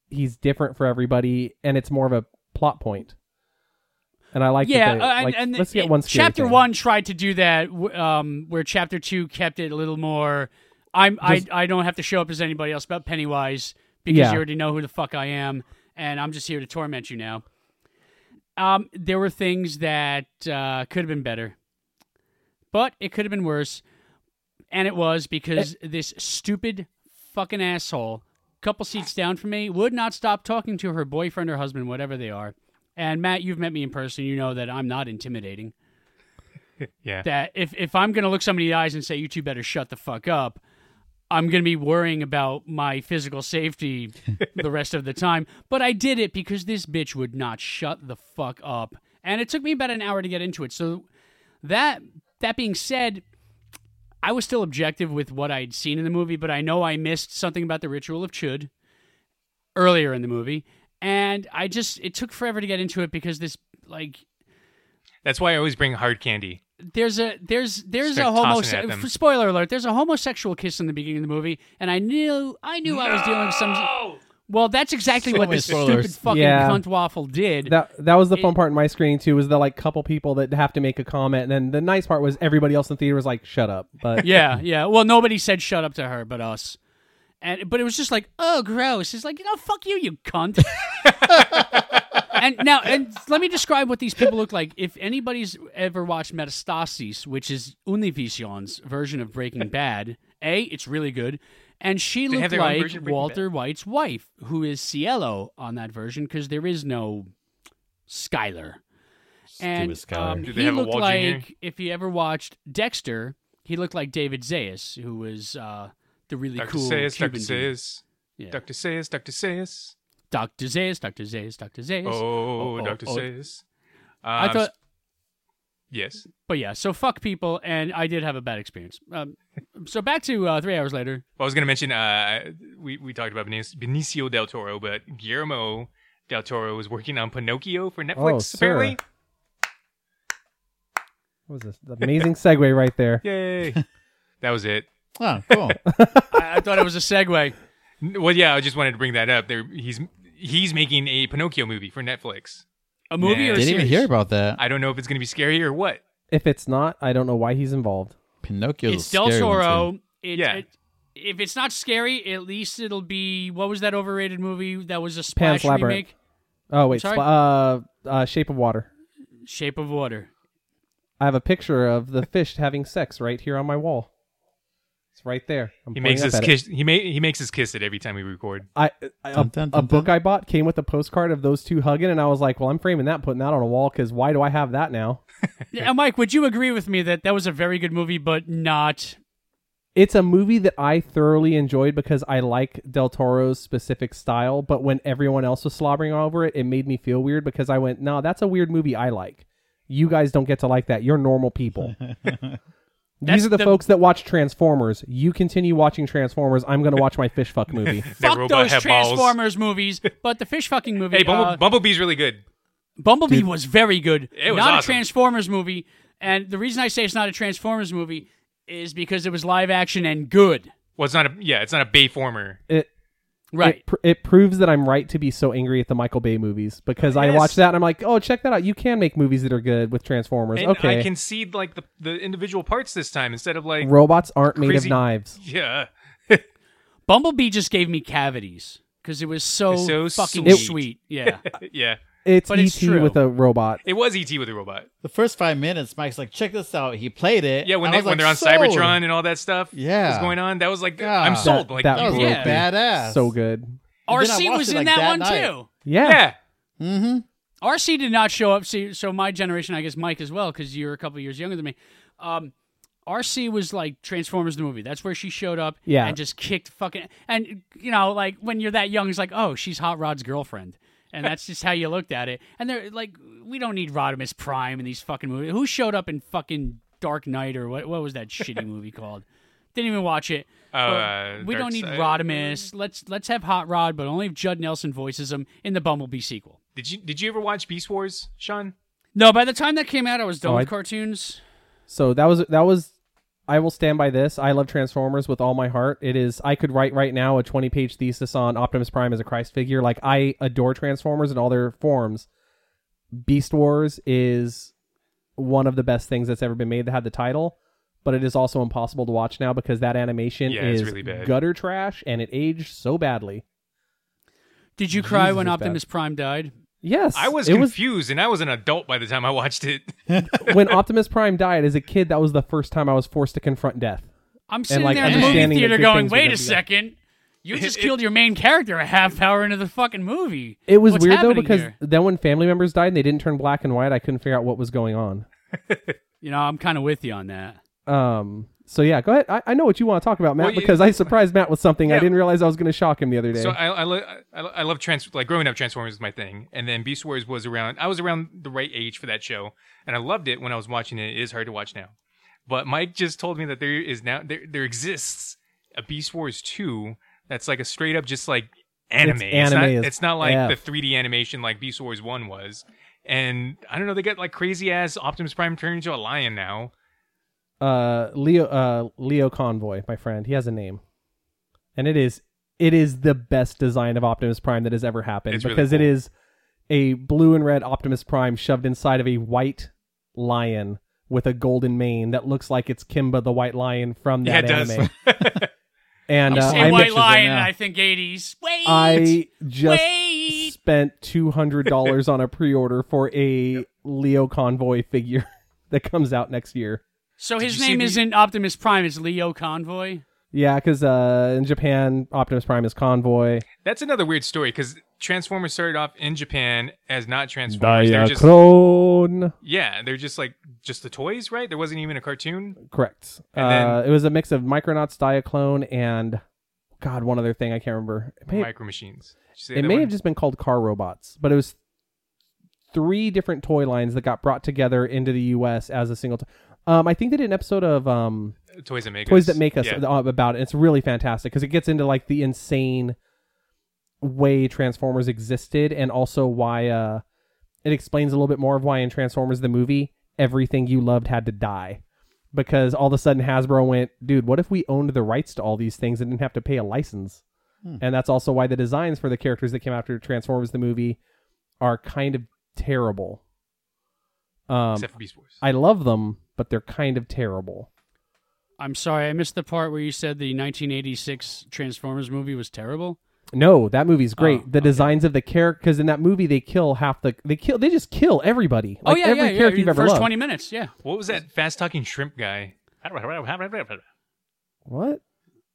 he's different for everybody, and it's more of a plot point. And I like. that yeah, they- uh, like, and, and let's get it- one. scary Chapter thing. one tried to do that, w- um, where chapter two kept it a little more. I'm Just- I I don't have to show up as anybody else but Pennywise because Yeah. you already know who the fuck I am, and I'm just here to torment you now. Um, there were things that uh, could have been better, but it could have been worse, and it was because Eh. this stupid fucking asshole, couple seats down from me, would not stop talking to her boyfriend or husband, whatever they are. And Matt, you've met me in person. You know that I'm not intimidating. Yeah. That if, if I'm going to look somebody in the eyes and say, you two better shut the fuck up, I'm going to be worrying about my physical safety the rest of the time. But I did it because this bitch would not shut the fuck up. And it took me about an hour to get into it. So that that being said, I was still objective with what I'd seen in the movie, but I know I missed something about the ritual of Chud earlier in the movie. And I just it took forever to get into it because this like That's why I always bring hard candy. there's a there's there's Start a tossing it at homosexual them. spoiler alert there's a homosexual kiss in the beginning of the movie and I knew I knew I was dealing with some well that's exactly So what many this spoilers. stupid fucking Yeah. cunt waffle did that that was the fun It- part in my screening too was the like couple people that have to make a comment and then the nice part was everybody else in the theater was like shut up *laughs* but yeah yeah well nobody said shut up to her but us and but it was just like oh gross it's like no fuck you you cunt *laughs* and now and let me describe what these people look like if anybody's ever watched metastasis which is univision's version of *laughs* breaking bad a it's really good and she They have looked their own like version of Breaking walter white's wife who is cielo on that version because there is no skylar and Stupid Skylar. um, Did they he have a looked Wall Jr.? like if you ever watched Dexter, he looked like David Zayas, who was uh, the really Dr. cool Seuss, Dr. Cuban dude. Seuss, Yeah. Dr. Seuss, Dr. Seuss. Dr. Zayas, Dr. Zayas, Dr. Zayas. Oh, oh, Dr. oh. Seuss. I Um, thought, yes. but yeah, so fuck people, and I did have a bad experience. Um, so back to uh, three hours later. Well, I was going to mention uh, we we talked about Benicio, Benicio del Toro, but Guillermo del Toro was working on Pinocchio for oh Netflix. sir. apparently, what was this amazing segue right there *laughs* yay! that was it. oh, cool. I, I thought it was a segue. N- Well, yeah, I just wanted to bring that up. There, he's he's making a Pinocchio movie for Netflix. A movie Yeah. or a *laughs* Didn't even series? hear about that. I don't know if it's going to be scary or what. if it's not i don't know why he's involved Pinocchio's It's a Del scary one, too. Toro. It, Yeah. it- if it's not scary, at least it'll be what was that overrated movie that was a Pan's splash Labyrinth. remake? oh wait Sorry? Spl- uh, uh shape of water Shape of Water. I have a picture of the fish having sex right here on my wall. It's right there. I'm He pointing makes up us at it. kiss. He ma- he makes us kiss it every time we record. I, I- a Dun, dun, a *laughs* dun, book dun. I bought came with a postcard of those two hugging, and I was like, "Well, I'm framing that, putting that on a wall, because why do I have that now? Yeah, Mike, would you agree with me that that was a very good movie, but not? It's a movie that I thoroughly enjoyed because I like Del Toro's specific style, but when everyone else was slobbering all over it, it made me feel weird because I went, "No, that's a weird movie. I like. You guys don't get to like that. You're normal *laughs* people." That's These are the, the- folks that watch Transformers. You continue watching Transformers. I'm going to watch my fish *laughs* fuck movie. That Fuck robot those had balls. Transformers movies, but the fish fucking movie. Hey, Bumble- uh, Bumblebee's really good. Bumblebee was very good. It was not a awesome. Transformers movie, and the reason I say it's not a Transformers movie is because it was live action and good. Well, it's not a yeah, it's not a Bayformer. It Right. It, pr- it proves that I'm right to be so angry at the Michael Bay movies because I Yes. watch that and I'm like, oh, check that out. You can make movies that are good with Transformers. And okay. I can see like the the individual parts this time instead of like Robots aren't made of Crazy- knives. yeah. Bumblebee just gave me cavities because it was so, It's so fucking sweet. sweet. *laughs* Yeah. Yeah. It's But it's ET true. with a robot. It was ET with a robot. The first five minutes, Mike's like, check this out. He played it. Yeah, when I they was when like, they're on sold. Cybertron and all that stuff Yeah. is going on, that was like God. I'm That- sold. like that that was yeah. Yeah. badass. So good. And then I RC watched was it, in like, that, that one night. too. Yeah. yeah. Mm-hmm. RC did not show up. See, so my generation, I guess Mike as well, because you're a couple years younger than me. Um, RC was like Transformers the movie. That's where she showed up Yeah. and just kicked fucking. And you know, like when you're that young, it's like, oh, she's Hot Rod's girlfriend, and that's just how you looked at it. And they're like, we don't need Rodimus Prime in these fucking movies. Who showed up in fucking Dark Knight or what? What was that shitty movie called? Didn't even watch it. Uh, But we don't need Darkseid. Rodimus. Let's let's have Hot Rod, but only if Judd Nelson voices him in the Bumblebee sequel. Did you did you ever watch Beast Wars, Sean? No, by the time that came out, I was done Oh, with I- cartoons. So that was that was I will stand by this. I love Transformers with all my heart. It is I could write right now a 20-page thesis on Optimus Prime as a Christ figure. Like I adore Transformers in all their forms. Beast Wars is one of the best things that's ever been made that had the title, but it is also impossible to watch now because that animation Yeah, it's is really bad. gutter trash and it aged so badly. Did you cry Jesus, when it's Optimus Prime died? Yes. I was it confused and I was an adult by the time I watched it. *laughs* was when Optimus Prime died as a kid, that was the first time I was forced to confront death. I'm sitting like, there in the movie understanding that theater good going, things were "Wait gonna a be second, you just killed your main character a half hour into the fucking movie." It was What's weird though happening because here? then when family members died and they didn't turn black and white, I couldn't figure out what was going on. you know I'm kind of with you on that. Um. So yeah, go ahead. I, I know what you want to talk about, Matt, Well, you- because I surprised Matt with something I Yeah. didn't realize I was going to shock him the other day. So I I, lo- I, I love trans like growing up Transformers was my thing, and then Beast Wars was around. I was around the right age for that show, and I loved it when I was watching it. It is hard to watch now, but Mike just told me that there is now there there exists a Beast Wars two that's like a straight up just like anime. It's anime not, as it's not like F. the 3D animation like Beast Wars one was. And I don't know, they got like crazy ass Optimus Prime turned into a lion now. uh, Leo, uh, Leo Convoy, my friend, he has a name, and it is it is the best design of Optimus Prime that has ever happened It's really because it cool. is a blue and red Optimus Prime shoved inside of a white lion with a golden mane that looks like it's Kimba the White Lion from Yeah, that it does. anime. *laughs* And I'm uh, seeing I, Say I'm- White pictures right Lion, now. I think '80s. Wait, I just wait. *laughs* spent two hundred dollars on a pre-order for a Leo Convoy figure *laughs* that comes out next year. So you his see name the- isn't Optimus Prime; it's Leo Convoy. Yeah, because uh, in Japan, Optimus Prime is Convoy. That's another weird story because Transformers started off in Japan as not Transformers. They're just Diachrone. Yeah, they're just like just the toys, right? There wasn't even a cartoon. Correct. And uh, it was a mix of Micronauts, Diaclone, and God, one other thing I can't remember. It may, Micro Machines. Did you say it that may one? have just been called Car Robots, but it was three different toy lines that got brought together into the U.S. as a single. To- um, I think they did an episode of um, toys that make toys us. that make us Yeah. uh, about it. It's really fantastic because it gets into like the insane way Transformers existed, and also why uh, it explains a little bit more of why in Transformers the movie everything you loved had to die because all of a sudden Hasbro went, dude, what if we owned the rights to all these things and didn't have to pay a license? And that's also why the designs for the characters that came after Transformers the movie are kind of terrible. Um, except for Beast Wars. I love them, but they're kind of terrible. I'm sorry, I missed the part where you said the 1986 Transformers movie was terrible. No, that movie's great. Oh, the designs of the character, because in that movie they kill half the they kill they just kill everybody. Like oh yeah, every yeah, character yeah. you've ever First loved. twenty minutes, yeah. What was that fast talking shrimp guy? What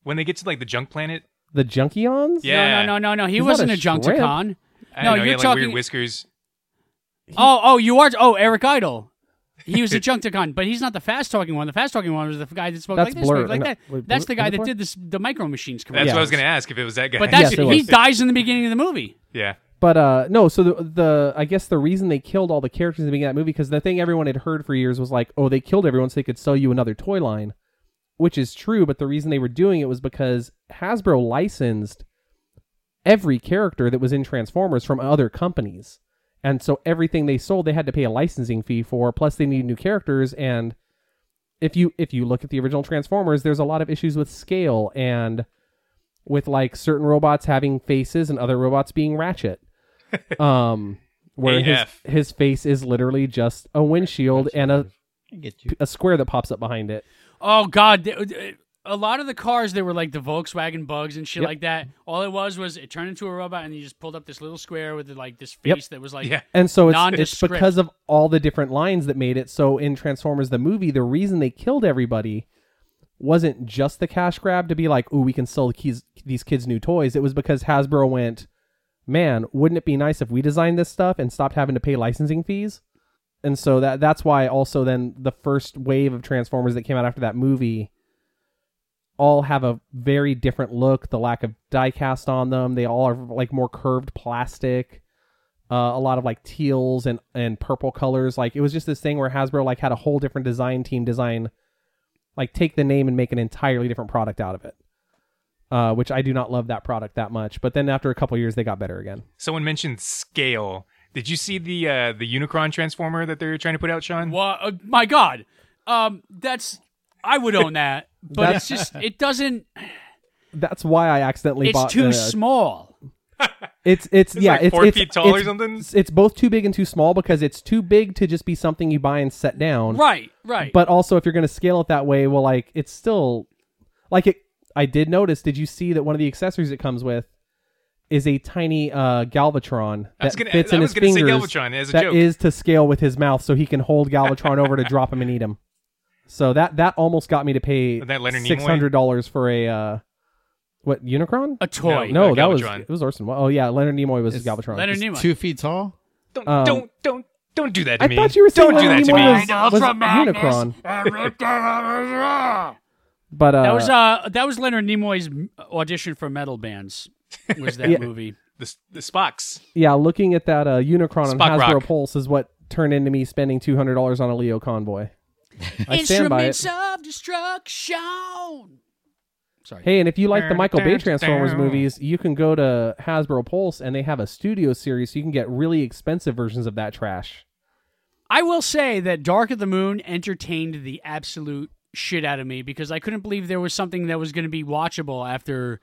When they get to like the junk planet, the Junkions? Yeah. No, no, no, no. He He's not wasn't a a Junkticon. I No, don't know, he had you're like weird talking- whiskers. Oh, oh, you are. Oh, Eric Idle. He was a Junkticon, but he's not the fast talking one. The fast talking one was the guy that spoke That's like this, Blur, spoke like isn't that. it? Wait, That's the Blur- is guy it that Blur? did this, the micro machines. That's commercial. what I was gonna ask if it was that guy. But that's Yes, it he was. dies in the beginning of the movie. yeah. But uh, no. So the, the I guess the reason they killed all the characters in the beginning of that movie because the thing everyone had heard for years was like, oh, they killed everyone so they could sell you another toy line, which is true. But the reason they were doing it was because Hasbro licensed every character that was in Transformers from other companies, and so everything they sold they had to pay a licensing fee for. Plus, they needed new characters and if you if you look at the original Transformers, there's a lot of issues with scale and with like certain robots having faces and other robots being ratchet. Um where his, AF. his face is literally just a windshield and a, get you. a square that pops up behind it. Oh God! th- A lot of the cars they were like the Volkswagen Bugs and shit Yep. like that. All it was was it turned into a robot and you just pulled up this little square with like this face Yep. that was like Yeah. *laughs* And so it's, it's Nondescript. because of all the different lines that made it. So in Transformers the movie, the reason they killed everybody wasn't just the cash grab to be like, "Oh, we can sell the keys, these kids new toys." It was because Hasbro went, "Man, wouldn't it be nice if we designed this stuff and stopped having to pay licensing fees?" And so that that's why also then the first wave of Transformers that came out after that movie all have a very different look. The lack of diecast on them, they all are like more curved plastic uh, a lot of like teals and and purple colors. Like it was just this thing where Hasbro like had a whole different design team design, like take the name and make an entirely different product out of it. Uh, which I do not love that product that much. But then after a couple years, they got better again. Someone mentioned scale. Did you see the uh, the Unicron transformer that they're trying to put out, Sean? Well, uh, my God, um, that's I would own that, but it's just it doesn't. That's why I accidentally It's bought. too the- uh, small. It's it's, yeah. like it's four it's- feet tall or it's- something? It's, it's both too big and too small because it's too big to just be something you buy and set down. Right, right. But also, if you're going to scale it that way, well, like it's still like it. I did notice. Did you see that one of the accessories it comes with is a tiny uh, Galvatron I was that gonna- fits I in was his gonna say fingers? Galvatron as a that joke. is to scale with his mouth, so he can hold Galvatron *laughs* over to drop him and eat him. So that that almost got me to pay That Leonard Nimoy? six hundred dollars for a uh, what Unicron? a toy. No, no, uh, that was Galvatron. it was Orson. Welles. Oh yeah, Leonard Nimoy was It's Galvatron. Leonard It's Nimoy. Two feet tall. Don't Um, don't don't don't do that to I me. thought you were saying don't do that Leonard to Nimoy me. was, was *laughs* Unicron, but uh, that was uh, that was Leonard Nimoy's audition for metal bands. Was that *laughs* Yeah. movie? The, the Spocks. Yeah, looking at that uh, Unicron on Spock Hasbro Rock. Pulse is what turned into me spending two hundred dollars on a *laughs* Leo convoy. I stand by it. Instruments of destruction. Sorry. Hey, and if you like the Michael Bay Transformers movies, you can go to Hasbro Pulse and they have a studio series, so you can get really expensive versions of that *sighs* trash. I will say that Dark of the Moon entertained the absolute shit out of me because I couldn't believe there was something that was going to be watchable after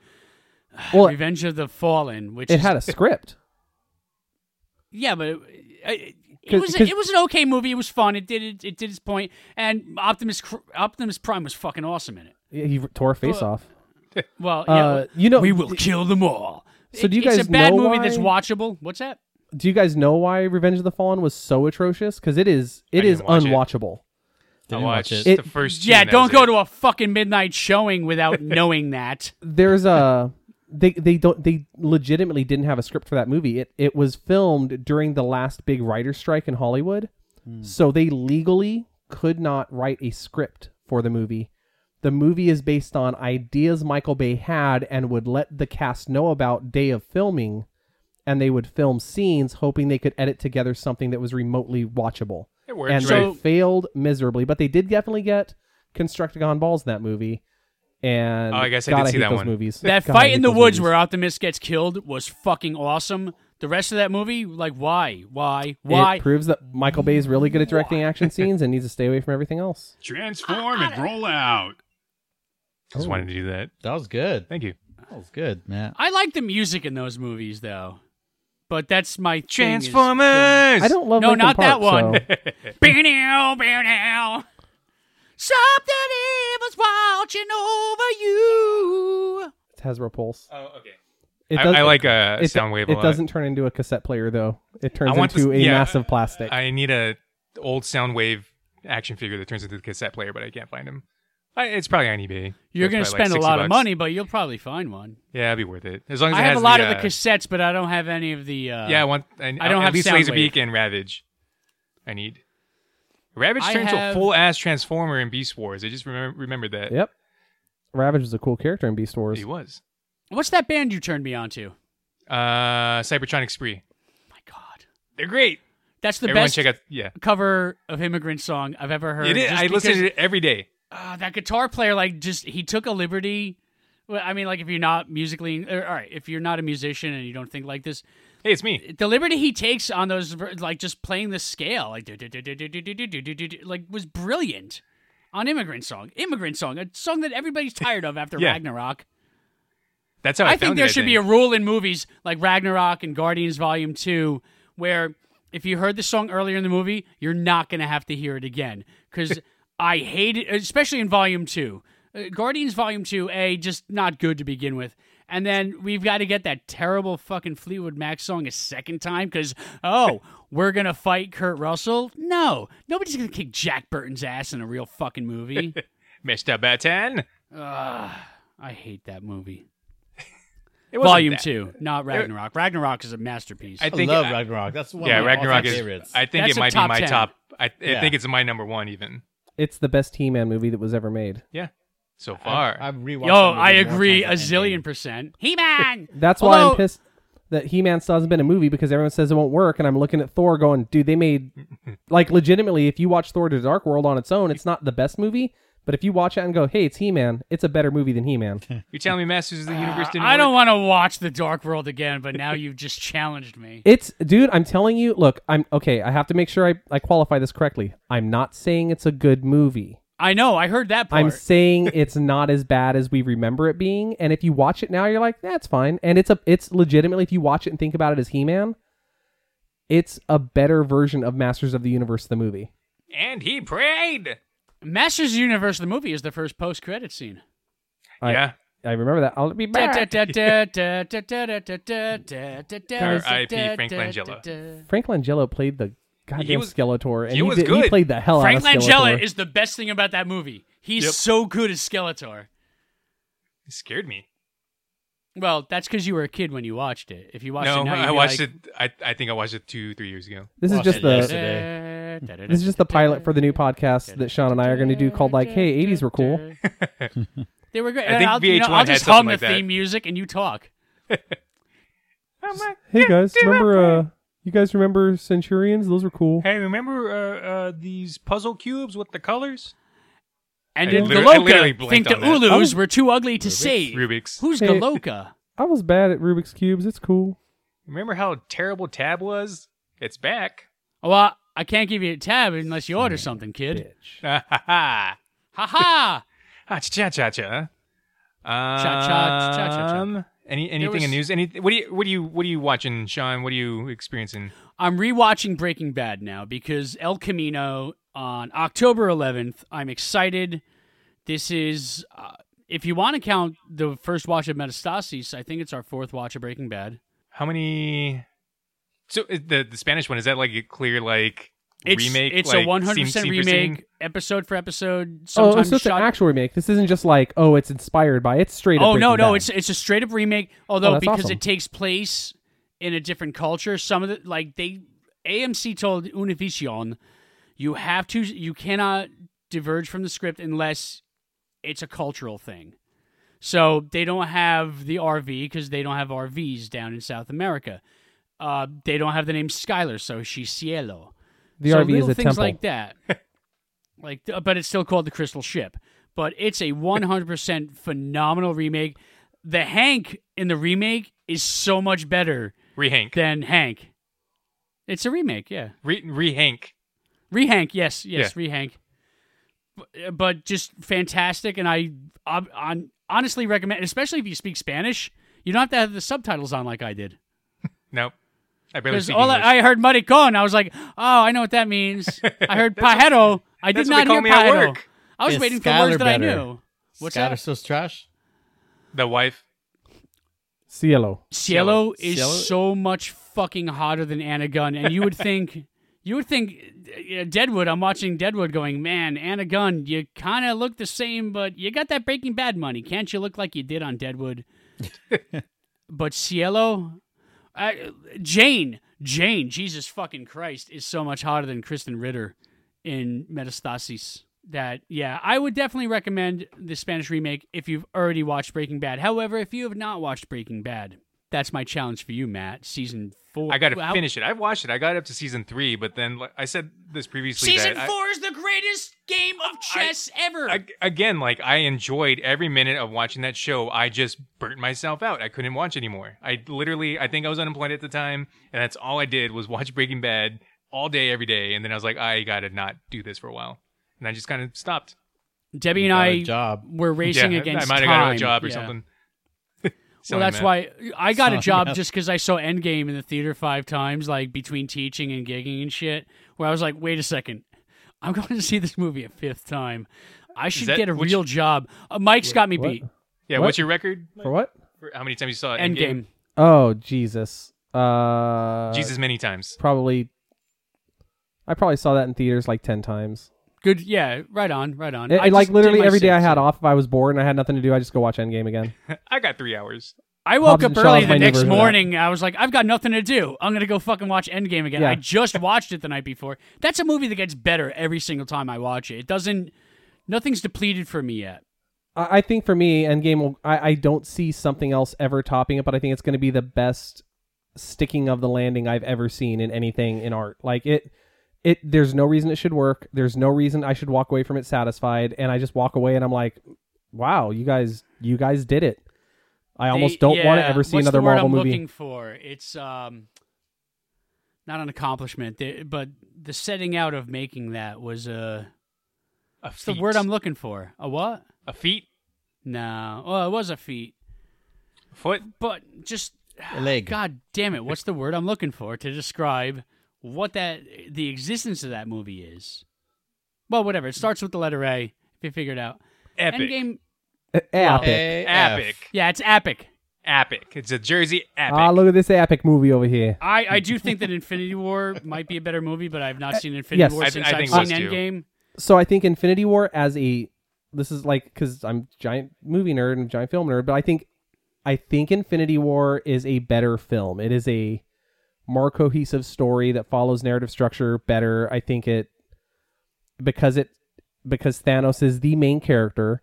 Well, it, Revenge of the Fallen, which is- had a script. yeah, but it, it, it 'Cause- was 'cause- it was an okay movie. It was fun. It did it, it did its point, and Optimus Cr- Optimus Prime was fucking awesome in it. Yeah, He tore a face off. Well, yeah, Uh, you know, we will kill them all. So do you It- guys it's a bad know movie that's why- watchable. What's that? do you guys know why Revenge of the Fallen was so atrocious? Because it is it I is didn't watch it. unwatchable. I Didn't watch watched it. the It- first. Yeah, don't go to a fucking midnight *laughs* showing without knowing that. there's a they they don't they legitimately didn't have a script for that movie. It it was filmed during the last big writer strike in Hollywood. So they legally could not write a script for the movie. The movie is based on ideas Michael Bay had and would let the cast know about day of filming and they would film scenes hoping they could edit together something that was remotely watchable It works, and right? they failed miserably. But they did definitely get Constructicon balls in that movie. And Oh, I guess I God, did see hate that those one. movies. That God, I fight hate in the those woods movies. where Optimus gets killed was fucking awesome. The rest of that movie, like, why, why, why? it proves that Michael Bay is really good at directing action scenes and needs to stay away from *laughs* everything else. Transform and roll out. Just Oh. wanted to do that. That was good. Thank you. That was good, man. I like the music in those movies though, but that's my thing is- Transformers. I don't love No, Linkin not that Park, so- one. *laughs* Bow-now, bow-now. Something evil's watching over you. it's Hasbro Pulse. Oh, okay. It I, does- I like uh, it, Soundwave a It lot. doesn't turn into a cassette player though. It turns I want into this- a yeah. massive plastic. I need a old Soundwave action figure that turns into a cassette player, but I can't find him. I, it's probably on eBay. You're It's going probably like to spend a 60 lot of bucks. money, but you'll probably find one. Yeah, it'd be worth it as long as I it have has a lot the, of uh, the cassettes, but I don't have any of the. Uh, yeah, I want. I, I don't at have least Soundwave. Laserbeak and Ravage. I need. Ravage I turns into a have- full ass Transformer in Beast Wars. I just remember remembered that Yep. Ravage is a cool character in Beast Wars. he was. What's that band you turned me on to? Uh, Cybertronic Spree. My God, They're great. that's the Everyone best check out. Yeah, cover of Immigrant Song I've ever heard. it is. just I listen because- to it every day. Ah, that guitar player like just he took a liberty well, i mean like if you're not musically or, all right if you're not a musician and you don't think like this Hey, it's me. the liberty he takes on those ver- like just playing the scale like do- do- do- do- do- do- do- do- do- do- do, like was brilliant on immigrant song immigrant song a song that everybody's tired of after Yeah. ragnarok That's how I, I think found there it, should be a rule in movies like Ragnarok and Guardians Volume 2 where if you heard the song earlier in the movie, you're not going to have to hear it again *laughs* cuz I hate it especially in Volume 2. Uh, Guardians Volume 2 A just not good to begin with. And then we've got to get that terrible fucking Fleetwood Mac song a second time cuz oh, we're going to fight Kurt Russell? No. Nobody's going to kick Jack Burton's ass in a real *laughs* fucking movie. Mr. Batten. Ugh, I hate that movie. It wasn't Volume that. two, not Ragnarok. Ragnarok is a masterpiece. I I think love I- Ragnarok. That's one yeah, of my all-time Ragnarok is. favorites. I think it That's a might be top my 10. top. I, I Yeah. think it's my number one even. It's the best He-Man movie that was ever made. Yeah, so far. I've rewatched. Yo, that movie I more agree a times than zillion percent. *laughs* He Man. That's why Although- I'm pissed that He-Man still hasn't been a movie because everyone says it won't work, and I'm looking at Thor going, dude, they made like legitimately. If you watch Thor: The Dark World on its own, it's not the best movie, but if you watch it and go, hey, it's He-Man, it's a better movie than He-Man. *laughs* You're telling me Masters of the Universe didn't Uh, I don't work? want to watch The Dark World again, but now you've just challenged me. It's dude, I'm telling you, look, I'm okay, I have to make sure I, I qualify this correctly. I'm not saying it's a good movie. I know. I heard that part. *laughs* I'm saying it's not as bad as we remember it being, and if you watch it now, you're like, that's fine. And it's a it's legitimately if you watch it and think about it as He-Man, it's a better version of Masters of the Universe the movie. And he prayed. Masters of the Universe, the movie, is the first *laughs* post-credit scene. I- yeah. I remember that. I'll be back. R.I.P. R.I.P. Frank Langella. Frank Langella played the He goddamn was- Skeletor, and he he, was did- he good. played the hell Frank out of Skeletor. Langella is the best thing about that movie. He's Yep. so good as Skeletor. It scared me. Well, that's because you were a kid when you watched it. If you watched no, it now, I watched it. I, I think I watched it two, three years ago. this is Watch just it the yesterday. this is just the pilot for the new podcast that Sean and I are going to do called like, hey, '80s were cool. *laughs* They were great. I think I'll, you know, VH1 I'll had just something hum like the that. theme music and you talk. Hey guys, remember uh, you guys remember Centurions? Those were cool. Hey, remember uh, uh, these puzzle cubes with the colors? And I did literally- I literally Galoka blinked think the on that. Oh. Ulus I'm- were too ugly to save? Rubik's. Who's Hey. Galoka? I was bad at Rubik's cubes. It's cool. Remember how terrible Tab was? It's back. *laughs* well, I can't give you a tab unless you order something, kid. Bitch. Ha ha ha. Ha ha! Ha cha cha cha. cha, cha, cha, cha. Um, any anything was- in news? Any what do you what do you what are you watching, Sean? What are you experiencing? I'm rewatching Breaking Bad now because El Camino on October 11th. I'm excited. This is, uh, if you want to count the first watch of Metastasis, I think it's our fourth watch of Breaking Bad. How many? So is the the Spanish one is that like a clear like It's, remake? It's like, a 100% scene- scene for scene? remake, episode for episode. Oh, Sometimes so it's an shot- actual remake. This isn't just like, oh, it's inspired by. It's straight up. Oh no, Breaking no, Bad. it's it's a straight up remake. Although Oh, that's because awesome. it takes place in a different culture, some of the like they AMC told Univision, you have to, you cannot diverge from the script unless it's a cultural thing. So they don't have the RV because they don't have RVs down in South America. Uh, they don't have the name Skylar, so she's Cielo the so RV is little a things temple. like that. like, th- but it's still called the Crystal Ship. But it's a 100% phenomenal remake. The Hank in the remake is so much better Rehank. than Hank. It's a remake, yeah. Re- rehank. Rehank, yes, yes, Rehank. B- uh, But just fantastic, and I ob- on, honestly recommend, especially if you speak Spanish, you don't have to have the subtitles on like I did. Nope. I barely Because speak all English. I, I heard maricon, I was like, oh, I know what that means. *laughs* I heard pajero. I did that's what not they hear call me at pajero. work. I was Is waiting for Skylar words that I better? knew. What's Skylar that? So's trash. the wife. Cielo. Cielo is Cielo? so much fucking hotter than Anna Gunn, and you would think, *laughs* you would think, uh, Deadwood. I'm watching Deadwood, going, man, Anna Gunn, you kind of look the same, but you got that Breaking Bad money. Can't you look like you did *laughs* on Deadwood? but Cielo, I, Jane, Jane, Jesus fucking Christ, is so much hotter than Kristen Ritter in Metastasis. That yeah, I would definitely recommend the Spanish remake if you've already watched Breaking Bad. However, if you have not watched Breaking Bad, that's my challenge for you, Matt. Season four. I got to Well, how- finish it. I've watched it. I got up to season three, but then like, I said this previously. Season that I- four is the greatest game of chess ever. I, again, like I enjoyed every minute of watching that show. I just burnt myself out. I couldn't watch anymore. I literally, I think I was unemployed at the time, and that's all I did was watch Breaking Bad all day, every day. And then I was like, I gotta not do this for a while, and I just kind of stopped. Debbie and Got a I job. were racing yeah, against I might have time. got a job or Yeah. something. *laughs* Well, Something that's that. why I got a Sorry, job man. just because I saw Endgame in the theater five times, like between teaching and gigging and shit. Where I was like, wait a second, I'm going to see this movie a fifth time. I should that- get a which- real job. Uh, Mike's got me what? beat. Yeah, What? what's your record? For what? For how many times you saw it? Endgame. Oh Jesus. Uh, Jesus, many times. Probably. I probably saw that in theaters like ten times. Good. Yeah. Right on. Right on. It- I it, like just did literally my every day I six. had off, if I was bored and I had nothing to do, I just go watch Endgame again. I got three hours. I woke Hobbs and up Shaw's early my the next neighborhood. morning. I was like, I've got nothing to do. I'm gonna go fucking watch Endgame again. Yeah. I just watched it the night before. That's a movie that gets better every single time I watch it. It doesn't. Nothing's depleted for me yet. I, I think for me, Endgame. Will, I I don't see something else ever topping it, but I think it's going to be the best sticking of the landing I've ever seen in anything in art. Like it. It there's no reason it should work. There's no reason I should walk away from it satisfied, and I just walk away and I'm like, "Wow, you guys, you guys did it." I almost They- don't want to yeah, ever see what's another the word Marvel I'm movie. Looking for it's um, not an accomplishment, they- but the setting out of making that was uh, A what's the feat. word I'm looking for? A what? A feet, No, well, it was a feat, foot. but just A leg. God damn it! What's the word I'm looking for to describe what that the existence of that movie is? Well, whatever. It starts with the letter A. If you figure it out, Epic. Endgame. *laughs* Epic. AF. Epic. Yeah, it's epic. Epic. It's a Jersey epic. Ah, look at this epic movie over here. I, I do think that Infinity War might be a better movie, but I've not seen Infinity yes. War I th- since I have think seen so, too. Endgame. So I think Infinity War as a this is like because I'm a giant movie nerd and a giant film nerd, but I think I think Infinity War is a better film. It is a more cohesive story that follows narrative structure better. I think it because it because Thanos is the main character,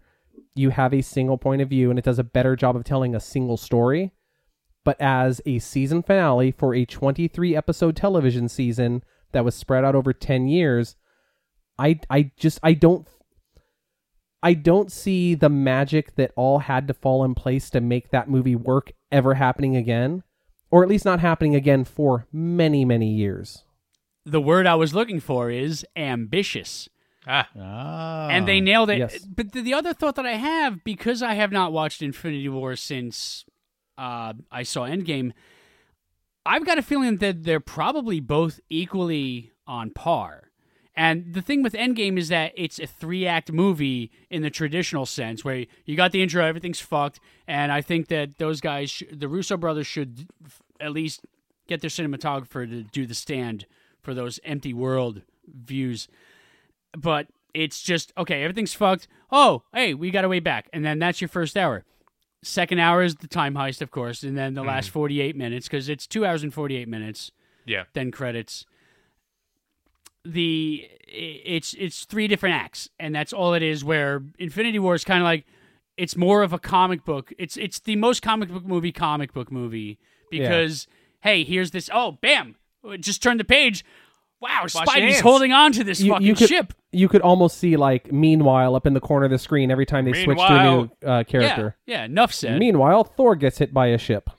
you have a single point of view and it does a better job of telling a single story. But as a season finale for a 23 episode television season that was spread out over 10 years, I I just I don't I don't see the magic that all had to fall in place to make that movie work ever happening again, or at least not happening again for many many years. The word I was looking for is ambitious. ah, Ah. and they nailed it. yes. But the, the other thought that I have, because I have not watched Infinity War since uh, I saw Endgame, I've got a feeling that they're probably both equally on par. And the thing with Endgame is that it's a three act movie in the traditional sense, where you got the intro, everything's fucked. And I think that those guys, sh- the Russo brothers, should f- at least get their cinematographer to do the stand for those empty world views but it's just okay everything's fucked oh hey we got a way back and then that's your first hour second hour is the time heist of course and then the last 48 minutes because it's two hours and 48 minutes yeah. then credits the i- it's it's three different acts and that's all it is where infinity war is kind of like it's more of a comic book it's it's the most comic book movie comic book movie because hey here's this oh bam just turn the page wow your spidey's hands. holding on to this fucking could, ship You could almost see like meanwhile up in the corner of the screen every time they switch to a Meanwhile. new uh, character. Yeah, yeah, enough said. Meanwhile, Thor gets hit by a ship.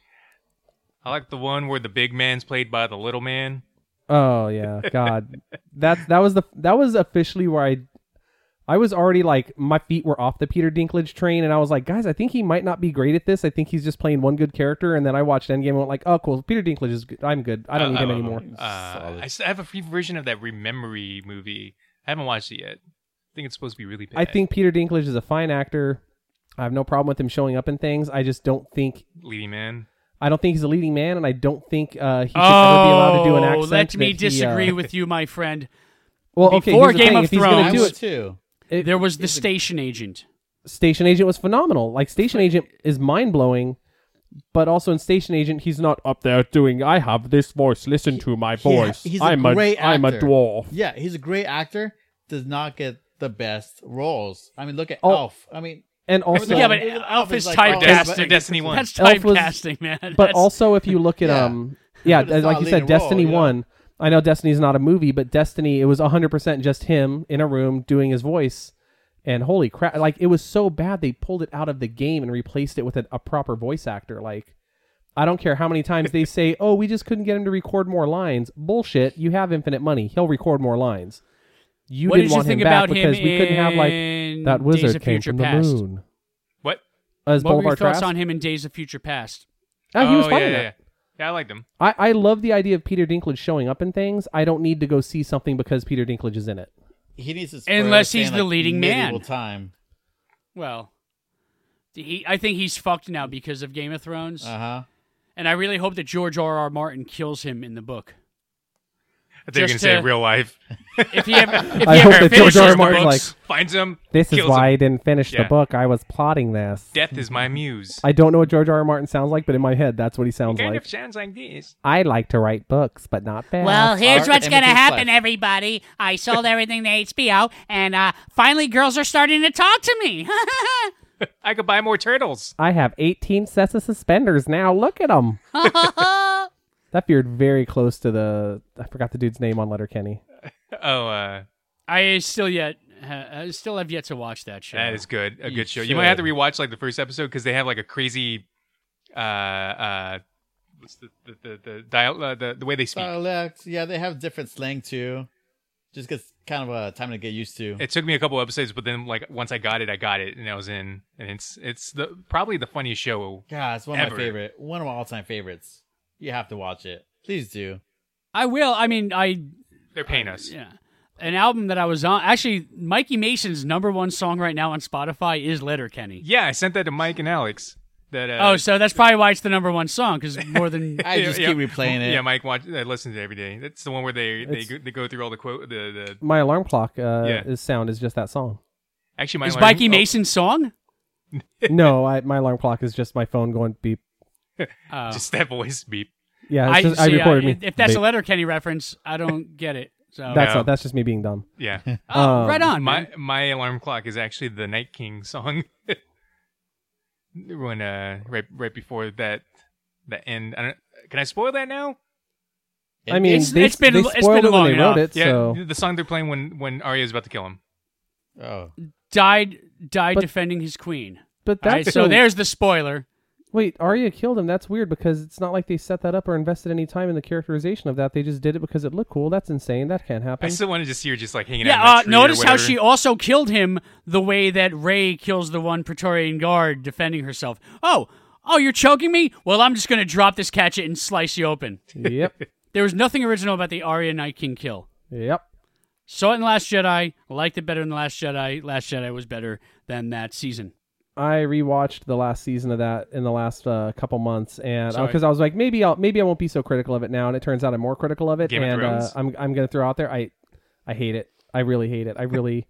I like the one where the big man's played by the little man. Oh yeah, God, that that was the that was officially where I, I was already like my feet were off the Peter Dinklage train, and I was like, guys, I think he might not be great at this. I think he's just playing one good character, and then I watched Endgame and went like, oh cool, Peter Dinklage is good. I'm good. I don't need him anymore. Uh, I s- I have a free version of that Rememory movie. I haven't watched it yet. I think it's supposed to be really bad. I think Peter Dinklage is a fine actor. I have no problem with him showing up in things. I just don't think Leading Man. I don't think he's a leading man, and I don't think uh, he should ever be allowed to do an Oh, accent. let me that he, uh, disagree with you, my friend. well, okay, Before here's the Game thing, of if he's gonna I do would it, too. It- There was the station agent. Station Agent was phenomenal. Like Station Agent is mind blowing, but also in Station Agent he's not up there doing. I have this voice. Listen to my voice. he's a I'm great I'm a actor." dwarf. Yeah, he's a great actor. Does not get the best roles. I mean, look at Oh. Elf. I mean, And also, yeah, but Elf Elf is is like- Oh, Dest- but- typecasting. Destiny One. That's Elf was- typecasting, man. *laughs* but That's- also if you look at Yeah. um yeah But it's like not you a said leading destiny role, yeah. 1 i know destiny's not a movie but destiny it was 100% just him in a room doing his voice and holy crap like it was so bad they pulled it out of the game and replaced it with a, a proper voice actor like i don't care how many times they *laughs* say oh we just couldn't get him to record more lines bullshit you have infinite money he'll record more lines you what didn't did you want think him back about him because we couldn't have like in that Days wizard of came Future from the Past? moon What? as What were your Bolivar thoughts Trask? on him in Days of Future Past? oh, he was yeah, fine in yeah, that. yeah. Yeah, I liked him. I, I love the idea of Peter Dinklage showing up in things. I don't need to go see something because Peter Dinklage is in it. he needs to. Unless he's the leading man. All time. Well, he, I think he's fucked now because of Game of Thrones, Ah. Uh huh. and I really hope that George R. R. Martin kills him in *laughs* the book. I think you're Just gonna say to- real life. If he *laughs* ever, if he I ever hope that finishes George R. the R. Martin's books, like- Finds him. This is kills why him. I didn't finish Yeah. the book. I was plotting this. death is my muse. I don't know what George R. R. Martin sounds like, but in my head, that's what he sounds Kind like. of sounds like this. I like to write books, but not fast. Well, here's Art what's and going to Nicholas happen, Flash. everybody. I sold everything to HBO, and uh, finally, girls are starting to talk to me. *laughs* I could buy more turtles. I have 18 sets of suspenders now. Look at them. that veered very close to the. I forgot the dude's name on Letterkenny. Oh, uh, *laughs* I still yet, ha- I still have yet to watch that show. that is good. A You good show. You might have to should. rewatch like the first episode because they have like a crazy, uh, uh, what's the the the the, dial, uh, the, the way they speak. Dialects. Yeah, they have different slang too. Just gets kind of a time to get used to. it took me a couple episodes, but then like once I got it, I got it, and I was in. And it's it's the probably the funniest show. God, it's one of Ever. my favorite, one of my all-time favorites. You have to watch it. *laughs* Please do. I will. I mean, I They're paying us. yeah. An album that I was on. Actually, Mikey Mason's number one song right now on Spotify is Letterkenny. Yeah, I sent that to Mike and Alex. That uh, Oh, so that's probably why it's the number one song because *laughs* more than I just keep replaying it. Yeah, Mike watch, uh, listens to it every day. That's the one where they they It's- go, they go through all the quote. The, the My alarm clock uh, Yeah. is sound is just that song. actually, my is alarm- Mikey oh, Mason's song. no, I, my alarm clock is just my phone going beep. Oh. just that voice beep. Yeah, it's just, I, see, recorded I- me. If that's beep. a Letterkenny reference, I don't get it. So that's, No. not, that's just me being dumb. *laughs* Yeah, oh, um, right on. my man. my alarm clock is actually the Night King song. *laughs* when uh, right right before that the end. I don't, can I spoil that now? I mean, It's- they, it's been- they it's been spoiled it long when they enough. wrote it, Yeah, so the song they're playing when when Arya is about to kill him. Oh, died died But- defending his queen. But All that's right, so a- there's the spoiler. Wait, Arya killed him. That's weird because it's not like they set that up or invested any time in the characterization of that. They just did it because it looked cool. That's insane. That can't I happen. still wanted to see her just like hanging Yeah, out. uh, in that tree or notice how whatever. she also killed him the way that Ray kills the one Praetorian guard defending herself. Oh, oh, you're choking me? Well, I'm just going to drop this hatchet and slice you open. yep. *laughs* There was nothing original about the Arya Night King kill. Yep. Saw it in The Last Jedi, liked it better than The Last Jedi. Last Jedi was better than that season. I rewatched the last season of that in the last uh, couple months, and Sorry. because I was like, maybe I'll maybe I won't be so critical of it now, and it turns out I'm more critical of it, Game of and uh, Thrones? I'm I'm gonna throw out there, I I hate it. I really hate it. I really.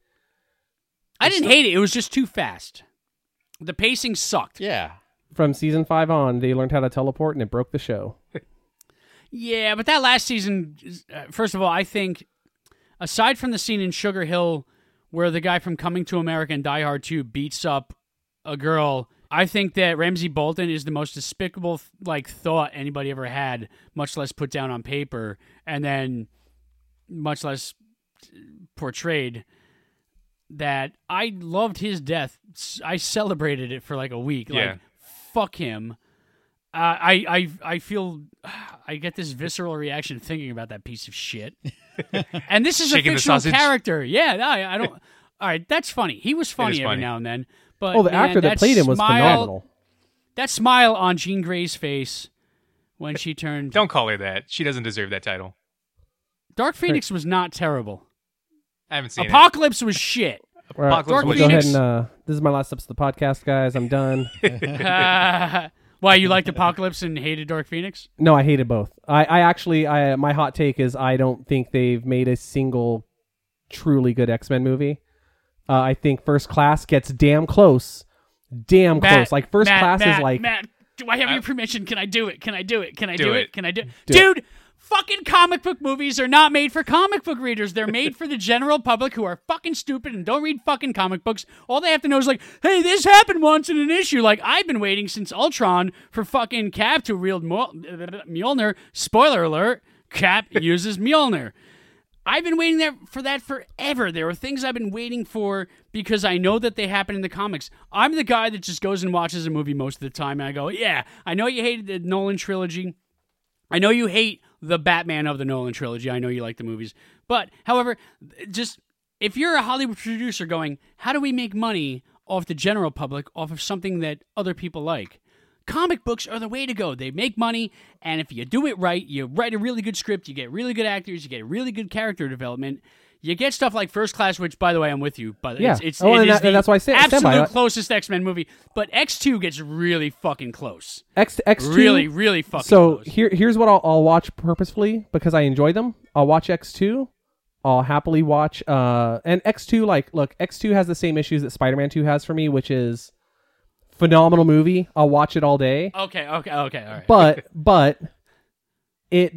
*laughs* I didn't hate it, it was just too fast. The pacing sucked. yeah. From season five on, they learned how to teleport, and it broke the show. Yeah, but that last season, uh, first of all, I think aside from the scene in Sugar Hill where the guy from Coming to America and Die Hard 2 beats up a girl, I think that Ramsey Bolton is the most despicable like thought anybody ever had, much less put down on paper and then much less uh, portrayed that I loved his death. S- I celebrated it for like a week. Yeah. Like fuck him. Uh, I I I feel *sighs* I get this visceral reaction thinking about that piece *laughs* of shit. and this is Shaking a the fictional sausage. character. Yeah, no, I, *laughs* I don't. All right, that's funny. He was funny every funny. now and then. But Oh, the man, actor that played him was smile- phenomenal. That smile on Jean Grey's face when she turned Don't call her that. She doesn't deserve that title. Dark Phoenix was not terrible. I haven't seen it. Apocalypse was shit. All right, Apocalypse we'll was go ahead uh, Phoenix. and uh, this is my last steps of the podcast, guys. I'm done. Uh, *laughs* Why you liked Apocalypse and hated Dark Phoenix? No, I hated both. I, I actually, I my hot take is I don't think they've made a single truly good X Men movie. Uh, I think First Class gets damn close, damn Matt, close. Like First Matt, Class Matt, is like Matt. Do I have your permission? Can I do it? Can I do it? Can I Do do, it? it. Can I do, Dude, fucking comic book movies are not made for comic book readers. They're made for the general public who are fucking stupid and don't read fucking comic books. All they have to know is like, hey, this happened once in an issue. Like I've been waiting since Ultron for fucking Cap to wield Mul- Mjolnir. Spoiler alert: Cap uses Mjolnir. I've been waiting there for that forever. There are things I've been waiting for because I know that they happen in the comics. I'm the guy that just goes and watches a movie most of the time, and I go, "Yeah, I know you hated the Nolan trilogy. I know you hate the Batman of the Nolan trilogy. I know you like the movies, but however, just if you're a Hollywood producer going, how do we make money off the general public off of something that other people like? Comic books are the way to go. They make money, and if you do it right, you write a really good script, you get really good actors, you get really good character development. You get stuff like First Class, which, by the way, I'm with you. But Yeah. it's, it's Oh, it and is that- and the that's why I say- I stand absolute by that. closest X Men movie. But X two gets really fucking close. X X two. Really, really fucking so close. here here's what I'll, I'll watch purposefully because I enjoy them. I'll watch X two. I'll happily watch uh and X two like look X two has the same issues that Spider Man two has for me, which is phenomenal movie. I'll watch it all day. Okay, okay, okay, all right. but but it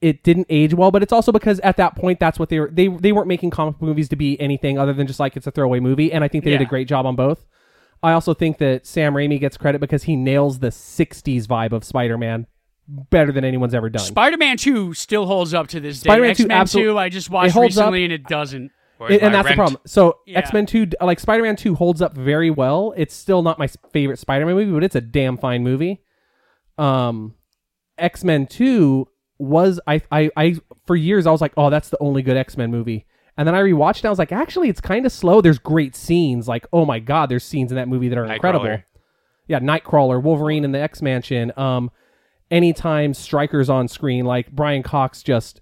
it didn't age well but it's also because at that point that's what they were they, they weren't making comic book movies to be anything other than just like it's a throwaway movie and i think they did Yeah. a great job on both i also think that sam raimi gets credit because he nails the 60s vibe of spider-man better than anyone's ever done Spider-Man 2 still holds up to this day. Spider-Man 2 X-Men 2, absolute- I just it watched holds up. recently and it doesn't. Or and, and my rent. that's the problem. So Yeah. X Men Two, like Spider Man Two, holds up very well. It's still not my s- favorite Spider Man movie, but it's a damn fine movie. Um, X Men Two was I, I I for years I was like, oh, that's the only good X Men movie. And then I rewatched it. And I was like, actually, it's kind of slow. There's great scenes. Like, oh my god, there's scenes in that movie that are incredible. Nightcrawler. Yeah, Nightcrawler, Wolverine, and the X Mansion. Um, anytime Strikers on screen, like Brian Cox just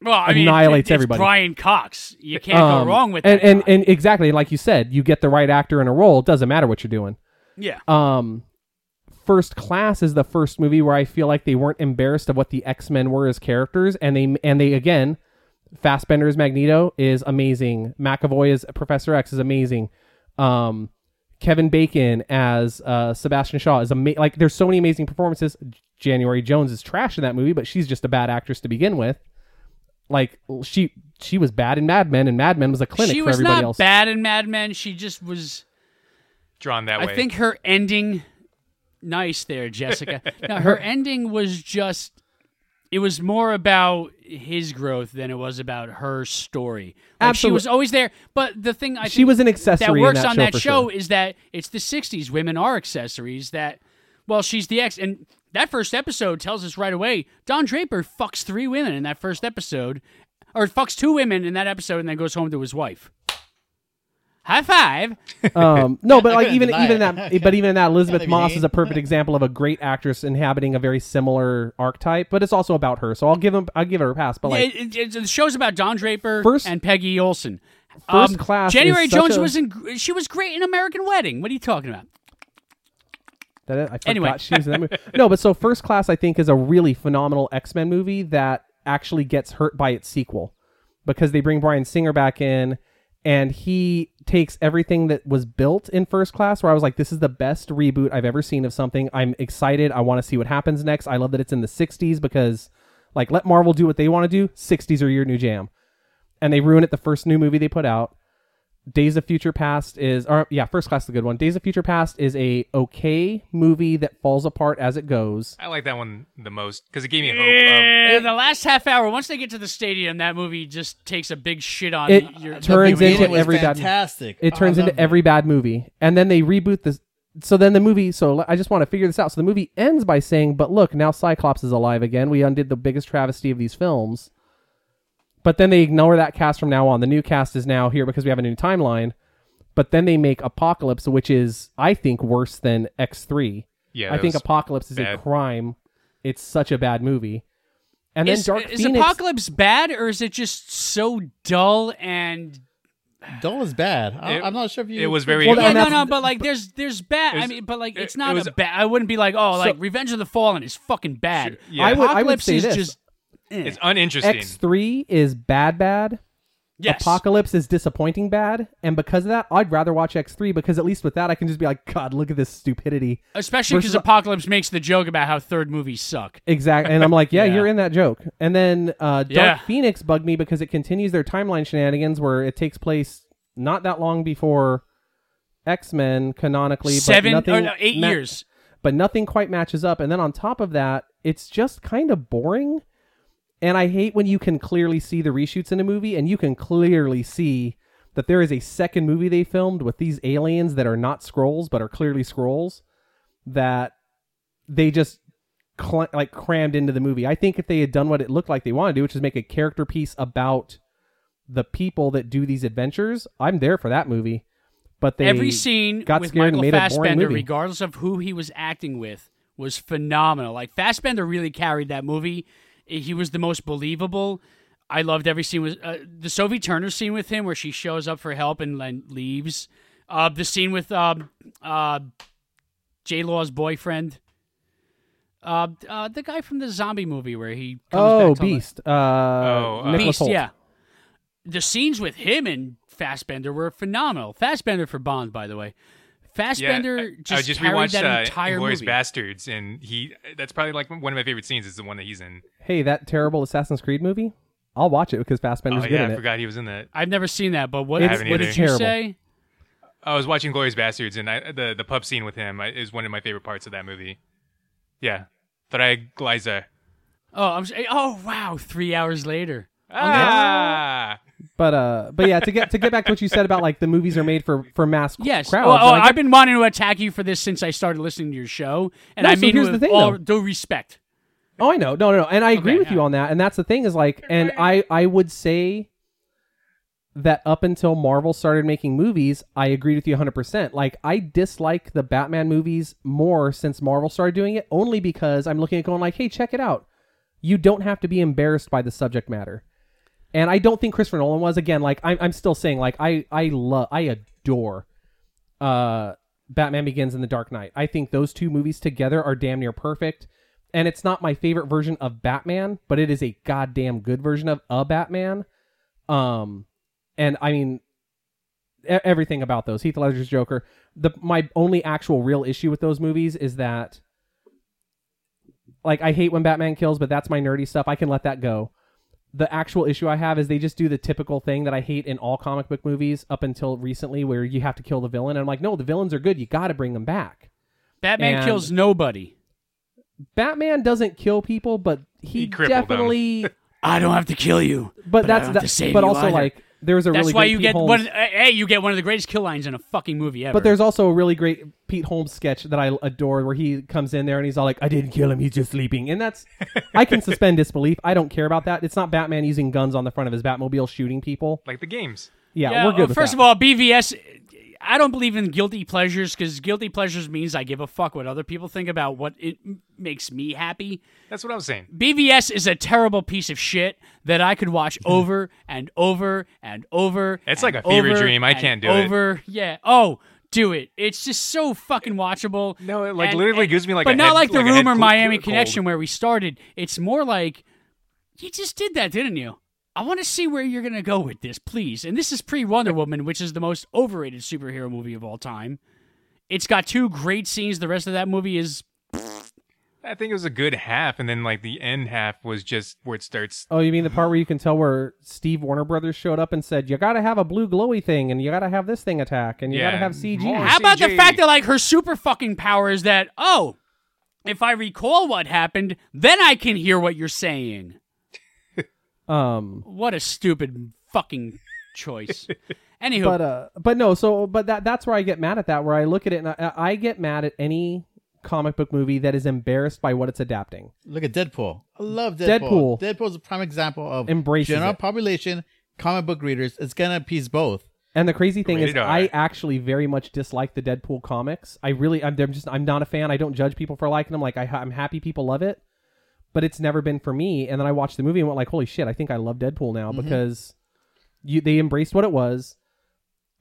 Well, I mean, Annihilates it's everybody. Brian Cox. You can't um, go wrong with and, that. and guy. and exactly like you said, you get the right actor in a role. It doesn't matter what you're doing. yeah. Um, First Class is the first movie where I feel like they weren't embarrassed of what the X Men were as characters, and they and they again, Fassbender as Magneto is amazing. McAvoy as Professor X is amazing. Um, Kevin Bacon as uh, Sebastian Shaw is amazing. Like there's so many amazing performances. January Jones is trash in that movie, but she's just a bad actress to begin with. Like she she was bad in Mad Men, and Mad Men was a clinic she for was everybody not else. bad in Mad Men. She just was. drawn that way. I think her ending, nice *laughs* there, Jessica. no, her ending was just. It was more about his growth than it was about her story. Like, she Absolute- was always there, but the thing I She think was an accessory that in works that on show that for show sure. is that it's the '60s. Women are accessories. That well, she's the ex, and that first episode tells us right away. Don Draper fucks three women in that first episode, or fucks two women in that episode, and then goes home to his wife. High five. *laughs* Um, no, but like couldn't even deny even it. that, but even that Elizabeth That'd be Moss neat. is a perfect example of a great actress inhabiting a very similar archetype. But it's also about her, so I'll give him, I'll give her a pass. But like, it, it, it's- the show's about Don Draper First- and Peggy Olson. First Class um, January is such Jones a- was in. She was great in American Wedding. What are you talking about? That I forgot Anyway. she was in that movie. No, but so First Class I think is a really phenomenal X Men movie that actually gets hurt by its sequel because they bring Brian Singer back in and he takes everything that was built in First Class where I was like this is the best reboot I've ever seen of something. I'm excited. I want to see what happens next. I love that it's in the 60s because like let Marvel do what they want to do. 60s are your new jam. And they ruin it the first new movie they put out. Days of Future Past is, or yeah, First Class is a good one. Days of Future Past is a okay movie that falls apart as it goes. I like that one the most because it gave me hope. Of, In the last half hour, once they get to the stadium, that movie just takes a big shit on It your. The turns beginning into was every bad. fantastic. It Oh, I turns love into that. every bad movie, and then they reboot this. So then the movie. So le- I just want to figure this out. So the movie ends by saying, "But look, now Cyclops is alive again. We undid the biggest travesty of these films." But then they ignore that cast from now on. The new cast is now here because we have a new timeline. But then they make Apocalypse, which is, I think, worse than X three. yeah, I that think was- Apocalypse is a bad. crime. It's such a bad movie. And Is, then Dark is Phoenix. Apocalypse bad or is it just so dull and Dole was bad. I, It- I'm not sure if you. it was very- Well, yeah, and no, that's- no, but like, there's, there's bad. I was- mean, but like, it- it's not it was- a bad. I wouldn't be like, oh, like Revenge of the Fallen is fucking bad. Sure, yeah. I would- I would Apocalypse say is this. just. eh. It's uninteresting. X three is bad, bad. yes. Apocalypse is disappointing bad, and because of that, I'd rather watch X three because at least with that, I can just be like, God, look at this stupidity. Especially because versus- Apocalypse makes the joke about how third movies suck. Exactly, and I'm like, yeah, *laughs* Yeah. you're in that joke. And then uh, Dark Yeah. Phoenix bugged me because it continues their timeline shenanigans where it takes place not that long before X Men canonically, Seven but nothing, or no, eight ma- years. but nothing quite matches up. And then on top of that, it's just kind of boring. And I hate when you can clearly see the reshoots in a movie and you can clearly see that there is a second movie they filmed with these aliens that are not scrolls but are clearly scrolls that they just cl- like crammed into the movie. I think if they had done what it looked like they wanted to do, which is make a character piece about the people that do these adventures, I'm there for that movie. But they Every scene got with scared and Michael made a boring Fassbender, movie. regardless of who he was acting with, was phenomenal. Like Fassbender really carried that movie. He was the most believable. I loved every scene. Was uh, the Sophie Turner scene with him where she shows up for help and then leaves. Uh, the scene with um uh, J Law's boyfriend. Uh, uh, the guy from the zombie movie where he comes oh, back to life. Beast. Uh, oh, uh, Nicholas Beast, Holt. yeah. The scenes with him and Fassbender were phenomenal. Fassbender for Bond, by the way. Fassbender I- I, just, just carried rewatched that uh, entire Inglourious movie. Bastards, and he that's probably like one of my favorite scenes is the one that he's in. Hey, that terrible Assassin's Creed movie. I'll watch it because Fassbender's oh good yeah, in I it. forgot he was in that. I've never seen that, but what, It's- what did it's you terrible. say? I was watching Glorious Bastards, and I, the the pub scene with him I, is one of my favorite parts of that movie. Yeah, Thrag Gleiser. Oh, I'm. s- Oh, wow! Three hours later. Ah, But uh, but yeah, to get to get back to what you said about like the movies are made for for mass c- Yes. crowds. Oh, oh, like, I've been wanting to attack you for this since I started listening to your show, and No, I so mean here's the with thing, all though. due respect. Oh, I know. No, no, no. And I agree Okay, with you yeah. on that. And that's the thing is like, and I, I would say that up until Marvel started making movies, I agreed with you 100%. Like, I dislike the Batman movies more since Marvel started doing it, only because I'm looking at going like, hey, check it out. You don't have to be embarrassed by the subject matter. And I don't think Christopher Nolan was. Again, like, I'm, I'm still saying, like, I, I love, I adore uh, Batman Begins and The Dark Knight. I think those two movies together are damn near perfect. And it's not my favorite version of Batman, but it is a goddamn good version of a Batman. Um, and I mean, e- everything about those Heath Ledger's Joker. The my only actual real issue with those movies is that, like, I hate when Batman kills, but that's my nerdy stuff. I can let that go. The actual issue I have is they just do the typical thing that I hate in all comic book movies up until recently, where you have to kill the villain. And I'm like, no, the villains are good. You got to bring them back. Batman And- kills nobody. Batman doesn't kill people, but he, He crippled them. definitely. I don't have to kill you. *laughs* But I that's don't have to that, save but you also either. like there's a That's really why great you Pete get Holmes- one. Hey, you get one of the greatest kill lines in a fucking movie ever. But there's also a really great Pete Holmes sketch that I adore where he comes in there and he's all like, I didn't kill him, he's just sleeping. And that's, I can suspend disbelief. I don't care about that. It's not Batman using guns on the front of his Batmobile shooting people. like the games. Yeah, we're good. well, with first that. of all, BVS. I don't believe in guilty pleasures because guilty pleasures means I give a fuck what other people think about what it m- makes me happy. That's what I was saying. BVS is a terrible piece of shit that I could watch over and over and over. Hmm. It's and like a fever over dream. I and can't do it. over. Yeah. Oh, do it. It's just so fucking watchable. No, it, like, literally gives me, like, But a not head- like the like a head rumor cold- Miami cold. connection where we started. It's more like you just did that, didn't you? I want to see where you're gonna go with this, please. And this is pre Wonder Woman, which is the most overrated superhero movie of all time. It's got two great scenes. The rest of that movie is I think it was a good half, and then like the end half was just where it starts. Oh, you mean the part Uh-huh. where you can tell where Steve Warner Brothers showed up and said, You got to have a blue glowy thing and you got to have this thing attack and you got to Yeah. have CG. More. How about the CG. fact that like her super fucking power is that oh, if I recall what happened, then I can hear what you're saying. Um, What a stupid fucking *laughs* choice. Anywho, but uh but no so but that that's where i get mad at that where i look at it and i, I get mad at any comic book movie that is embarrassed by what it's adapting Look at Deadpool. I love Deadpool. Deadpool. is a prime example of Embraces general it. population, comic book readers. It's gonna appease both. and the crazy thing is Rated R. i actually very much dislike the deadpool comics i really i'm, I'm just i'm not a fan i don't judge people for liking them like I, i'm happy people love it but it's never been for me and then i watched the movie and went like holy shit i think i love deadpool now because you they embraced what it was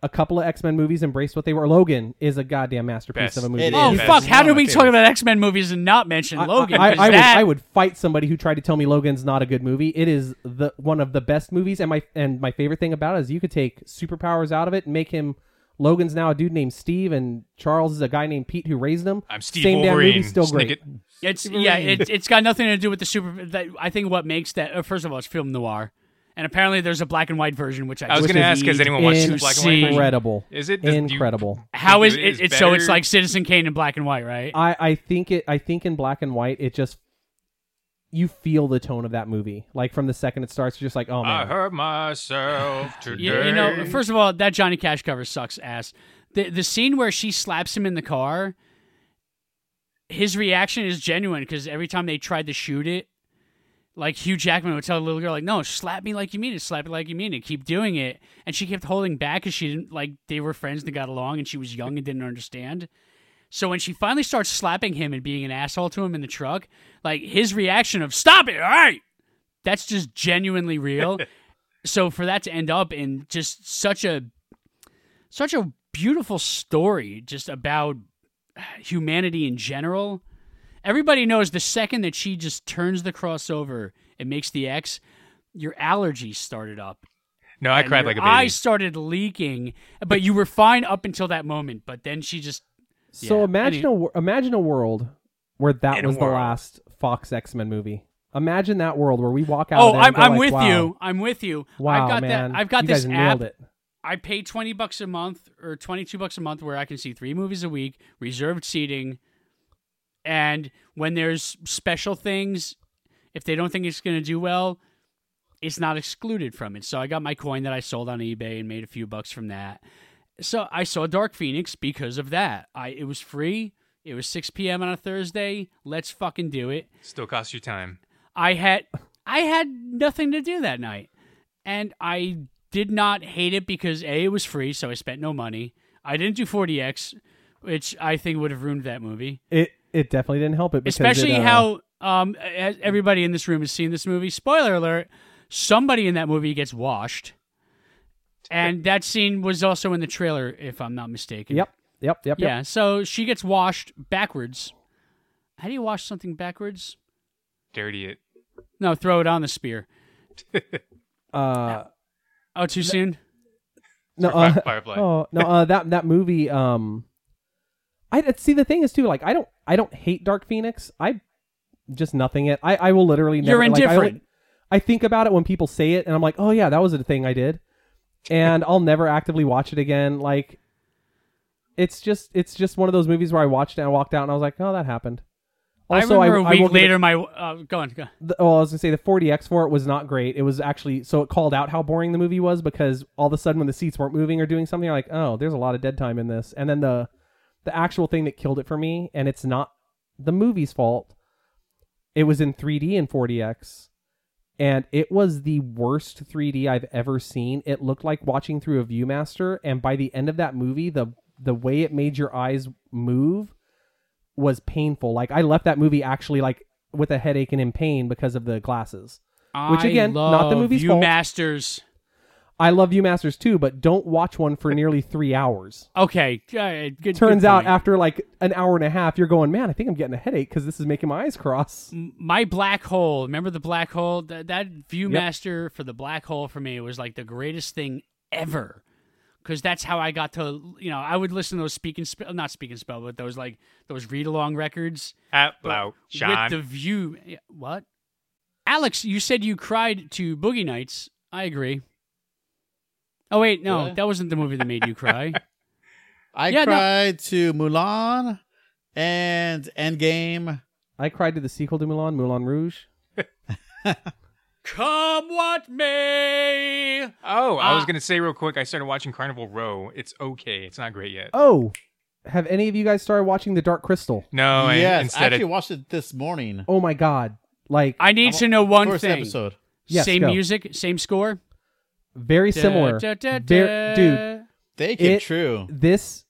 a couple of X Men movies embraced what they were. Logan is a goddamn masterpiece Best. of a movie. It Oh is. fuck! How One did of my we talk favorites. about X Men movies and not mention I- Logan? I, I, 'Cause I would, that- I would fight somebody who tried to tell me Logan's not a good movie. It is the one of the best movies, and my and my favorite thing about it is you could take superpowers out of it and make him. Logan's now a dude named Steve, and Charles is a guy named Pete who raised him. I'm Steve Same Wolverine. damn movie, still great. Snicket. It's yeah, it, it's got nothing to do with the super. That, I think what makes that uh, first of all, it's film noir, and apparently there's a black and white version, which I, I was just going to ask, has need. anyone watched the black and white? version? Incredible. Is it Does- do you- incredible? How is It it? is it's, so it's better. like Citizen Kane in black and white, right? I I think it. I think in black and white, it just you feel the tone of that movie. Like from the second it starts, you're just like, oh I man. hurt myself today. You, you know, first of all, that Johnny Cash cover sucks ass. The the scene where she slaps him in the car, his reaction is genuine because every time they tried to shoot it, like Hugh Jackman would tell the little girl, like, "No, slap me like you mean it, slap it like you mean it, keep doing it," and she kept holding back because she didn't like they were friends and got along, and she was young and didn't understand. So when she finally starts slapping him and being an asshole to him in the truck, like his reaction of "Stop it, all right," that's just genuinely real. so for that to end up in just such a such a beautiful story just about humanity in general everybody knows the second that she just turns the cross over and makes the x your allergies started up no, I and cried your like a baby. eyes started leaking but you were fine up until that moment but then she just So yeah. imagine a wor- imagine a world where that In a was the world. last Fox X Men movie. Imagine that world where we walk out. oh of there and i'm, go I'm like, with wow. you i'm with you Wow, i've got man. that i've got you this guys app nailed it. I pay 20 bucks a month or 22 bucks a month where I can see 3 movies a week, reserved seating. And when there's special things, if they don't think it's going to do well, it's not excluded from it. So I got my coin that I sold on eBay and made a few bucks from that. So I saw Dark Phoenix because of that. I it was free. It was 6 p.m. on a Thursday. Let's fucking do it. Still costs you time. I had I had nothing to do that night. And I did not hate it because A it was free, so I spent no money. I didn't do 40X, which I think would have ruined that movie. It it definitely didn't help it. Because it, Especially uh, how um as everybody in this room has seen this movie. Spoiler alert, somebody in that movie gets washed. And that scene was also in the trailer if I'm not mistaken. Yep. Yep. Yep. Yep. Yeah, so she gets washed backwards. How do you wash something backwards? Dirty it. No, throw it on the spear. Uh, Oh, too soon? no. Fire- Uh, Firefly. Oh no. Uh, that that movie. Um, I see. The thing is too. Like I don't. I don't hate Dark Phoenix. I just nothing it. I I will literally. Never, You're like, I will- indifferent. I, think about it when people say it, and I'm like, oh yeah, that was a thing I did, and I'll never actively watch it again. Like, it's just it's just one of those movies where I watched it and I walked out and I was like, oh, that happened. Also, I remember a I week will give it- later, my uh, go on, go. on. the, well, I was gonna say the 40x for it was not great. It was actually so it called out how boring the movie was because all of a sudden when the seats weren't moving or doing something, you're like, oh, there's a lot of dead time in this. And then the the actual thing that killed it for me, and it's not the movie's fault. It was in 3D in 40x, and it was the worst 3D I've ever seen. It looked like watching through a ViewMaster, and by the end of that movie, the the way it made your eyes move was painful. Like I left that movie actually like with a headache and in pain because of the glasses. Which, I again, not the love movie's you fault. Masters. I love ViewMasters too, but don't watch one for nearly three hours. Okay, uh, good. Turns good out point. after like an hour and a half, you're going, man, I think I'm getting a headache because this is making my eyes cross. my black hole. Remember the black hole? That, that ViewMaster for the black hole for me was like the greatest thing ever. Because that's how I got to, you know, I would listen to those speak and spell, not speak and spell, but those like those read along records At loud. Sean. with the view. yeah, What? Alex, you said you cried to Boogie Nights. I agree. Oh wait, no, Really? that wasn't the movie that made *laughs* you cry. I Yeah, no. cried to Mulan and Endgame. I cried to the sequel to Mulan, Moulin Rouge. Come what may. oh, I was Ah. going to say real quick, I started watching Carnival Row. It's okay. It's not great yet. Oh, have any of you guys started watching The Dark Crystal? No, and yes, I instead actually of, watched it this morning. Oh my god! Like I need to know one First thing. episode. Yes, same go. music, same score. very similar, Da, da, da, Ver- da. dude. They keep It- true. This.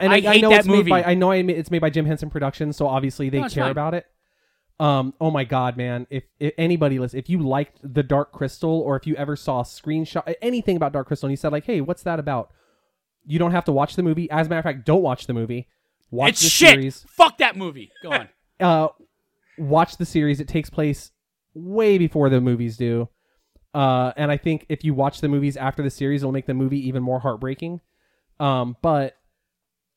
And I I, hate know that it's movie. made by I know I- it's made by Jim Henson Productions, so obviously they No, it's care fine. about it. Um, oh my god, man! If, if anybody listen, if you liked the Dark Crystal, or if you ever saw a screenshot anything about Dark Crystal, and you said like, "Hey, what's that about?" You don't have to watch the movie. As a matter of fact, don't watch the movie. Watch it's the shit. series. Fuck that movie. *laughs* Go on. Uh, watch the series. It takes place way before the movies do. Uh, and I think if you watch the movies after the series, it'll make the movie even more heartbreaking. Um, but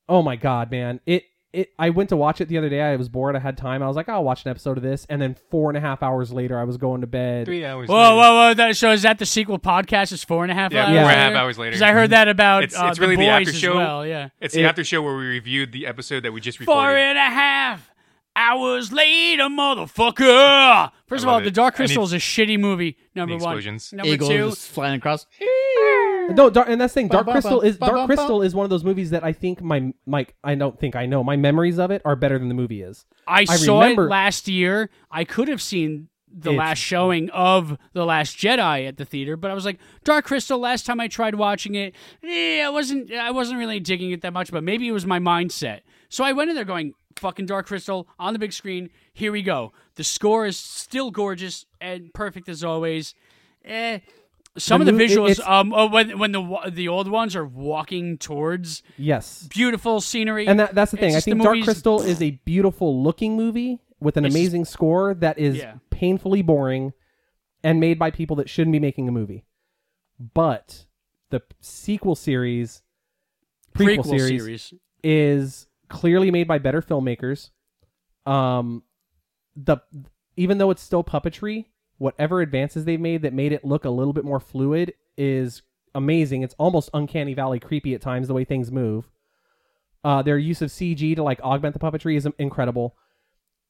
oh my god, man! It it. I went to watch it the other day. I was bored. I had time. I was like, I'll watch an episode of this. And then four and a half hours later, I was going to bed. Three hours. Whoa, whoa, whoa! That, so is that the sequel podcast? Is four and a half Yeah, hours? four and a later? half hours later. 'Cause I heard that about It's- uh, it's really the the boys after as show. well. Yeah, It's the after show where we reviewed the episode that we just recorded. four and a half hours later, motherfucker. First of I love all, it. The Dark I Crystal need- is a shitty movie. Number the one. explosions. Number Eagle two. just flying *laughs* across. No, Dar- and that's the thing. Dark Ba-ba-ba, Crystal is Dark ba-ba-ba. Crystal is one of those movies that I think my like I don't think I know my memories of it are better than the movie is. I, I saw remember- it last year. I could have seen the It's- last showing of The Last Jedi at the theater, but I was like, Dark Crystal. Last time I tried watching it, eh, I wasn't. I wasn't really digging it that much. But maybe it was my mindset. So I went in there going, "Fucking Dark Crystal on the big screen. Here we go." The score is still gorgeous and perfect as always. Eh. Some The of the mov- it- visuals, it's- um, oh, when when the wa- the old ones are walking towards Yes. beautiful scenery, And that, that's the It's thing. I just the think Dark movie's- Crystal is a beautiful looking movie with an It's- amazing score that is Yeah. painfully boring and made by people that shouldn't be making a movie. But the sequel series, prequel, prequel series, series. is clearly made by better filmmakers. Um, the even though it's still puppetry, whatever advances they've made that made it look a little bit more fluid is amazing. It's almost uncanny valley creepy at times the way things move. Uh, their use of CG to like augment the puppetry is incredible.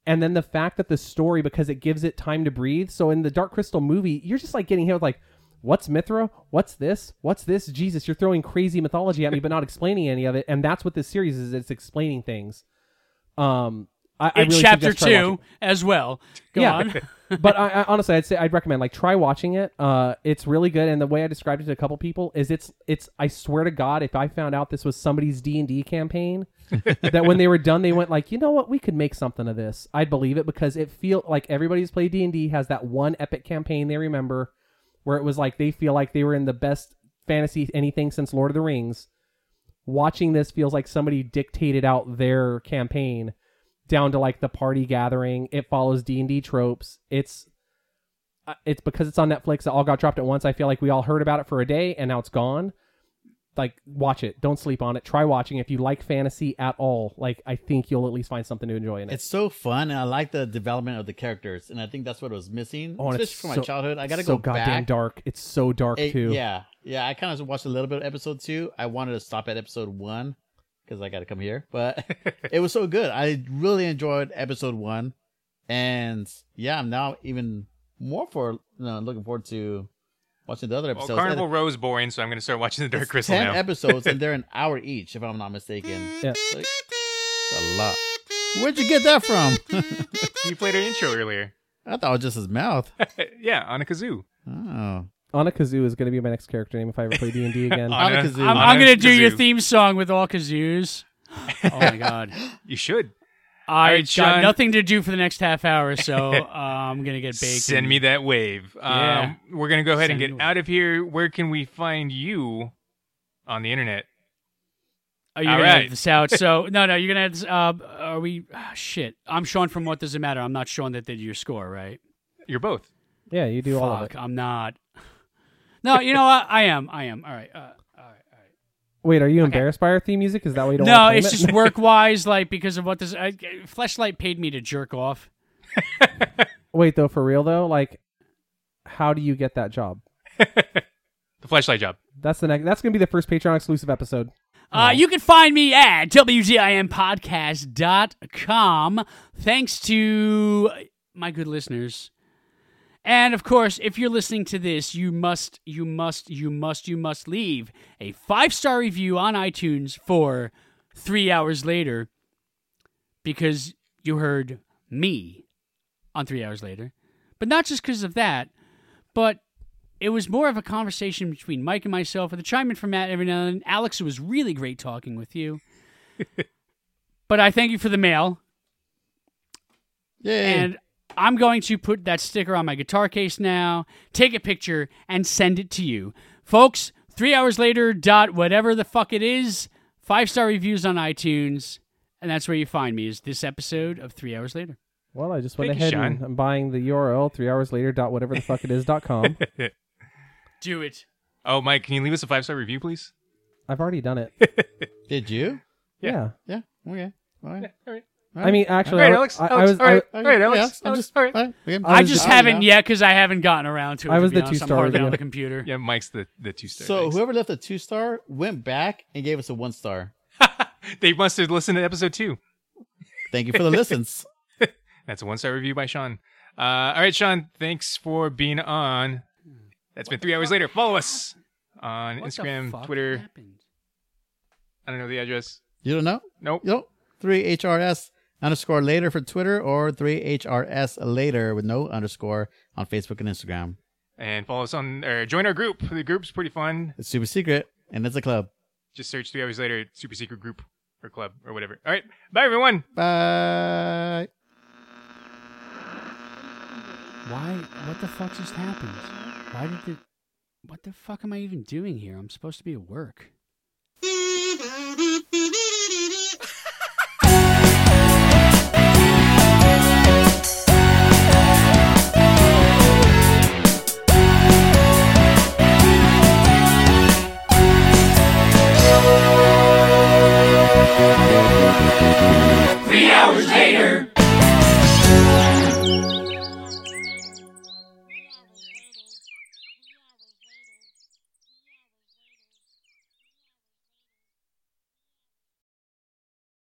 And then the fact that the story, because it gives it time to breathe. So in the Dark Crystal movie, you're just like getting hit with like, what's Mithra? What's this? What's this? Jesus, you're throwing crazy mythology at me, but not explaining any of it. And that's what this series is. It's explaining things. Um, I, I in really chapter suggest try watching two as well. Go Yeah. *laughs* on. but I, I honestly, I'd say I'd recommend like try watching it. Uh, it's really good, and the way I described it to a couple people is it's it's. I swear to God, if I found out this was somebody's D and D campaign, that when they were done, they went like, you know what, we could make something of this. I'd believe it because it feel like everybody's played D and D has that one epic campaign they remember, where it was like they feel like they were in the best fantasy anything since Lord of the Rings. Watching this feels like somebody dictated out their campaign down to like the party gathering. It follows D and D tropes. It's uh, it's because it's on Netflix. It all got dropped at once. I feel like we all heard about it for a day, and now it's gone. Like, watch it. Don't sleep on it. Try watching if you like fantasy at all. Like, I think you'll at least find something to enjoy in it. It's so fun, and I like the development of the characters, and I think that's what was missing, Oh, and especially it's from my so- childhood. I gotta so go goddamn back. dark. It's so dark It- too. Yeah, yeah. I kind of watched a little bit of episode two. I wanted to stop at episode one because I got to come here, but *laughs* it was so good. I really enjoyed episode one, and yeah, I'm now even more for you know, looking forward to watching the other Well, episodes. Carnival And Row is boring, so I'm going to start watching The Dark it's Crystal ten now. *laughs* episodes, and they're an hour each, if I'm not mistaken. Yeah. So it's a lot. Where'd you get that from? *laughs* you played our intro earlier. Uh, I thought it was just his mouth. yeah, on a kazoo. Oh, Anna Kazoo is going to be my next character name if I ever play D *laughs* and D again. On a- kazoo. on I'm- I'm, a I'm gonna do your kazoo. theme song with all kazoos. Oh my god! *laughs* You should I right, got Sean. nothing to do for the next half *laughs* hour, so uh, I'm gonna get baked. send me that wave. Yeah. Um, we're going to go ahead and Send get it. out of here. Where can we find you on the internet? Are you All Oh, gonna right. edit this out? *laughs* So no, no, you're gonna. Edit this, uh, are we? ah, shit, I'm Sean from What Does It Matter. I'm not Sean that did your score, right? You're both. yeah, you do Fuck, all of it. I'm not. *laughs* No, you know what? I am. I am. All right. Uh, Wait, are you embarrassed by our theme music? Is that why you don't? no, wanna claim it's it? *laughs* just work wise, like because of what this. I, Fleshlight paid me to jerk off. Wait though, for real though, like, how do you get that job? The flashlight job. That's the next. That's going to be the first Patreon exclusive episode. Uh, you can find me at WZIMpodcast.com. Thanks to my good listeners. And of course, if you're listening to this, you must, you must, you must, you must leave a five star review on iTunes for three hours later because you heard me on three hours later. But not just because of that, but it was more of a conversation between Mike and myself with a chime in from Matt every now and then. Alex, it was really great talking *laughs* with you. but I thank you for the mail. Yay. And I'm going to put that sticker on my guitar case now, take a picture, and send it to you. Folks, three hours later, dot whatever the fuck it is, five star reviews on iTunes, and that's where you find me, is this episode of Three Hours Later. Well, I just went Thank you, ahead Sean. and I'm buying the URL three hours later dot whatever the fuck it is *laughs* dot com. Do it. Oh, Mike, can you leave us a five star review, please? I've already done it. Did you? Yeah. Yeah. Oh, Okay. All right. I mean, actually, All right, I, Alex. I, I Alex, was all right. I, Alex, yeah, I'm Alex, just, all right. okay. I I, was just the- haven't yet because I haven't gotten around to it. I was to be the honest. two-star I'm hardly on review. the computer. Yeah, Mike's the, the two star. So whoever left a two star went back and gave us a one star. they must have listened to episode two. Thank *laughs* you for the listens. That's a one star review by Sean. Uh, all right, Sean, thanks for being on. That's been three hours later. Follow us on What the Instagram, fuck Twitter. happened? I don't know the address. You don't know? Nope. You don't? 3HRS underscore later for Twitter or 3HRS later with no underscore on Facebook and Instagram. And follow us on, or join our group. The group's pretty fun. It's super secret and it's a club. Just search three hours later, super secret group or club or whatever. All right. Bye, everyone. Bye. Why? What the fuck just happened? Why did the? What the fuck am I even doing here? I'm supposed to be at work. Thank you.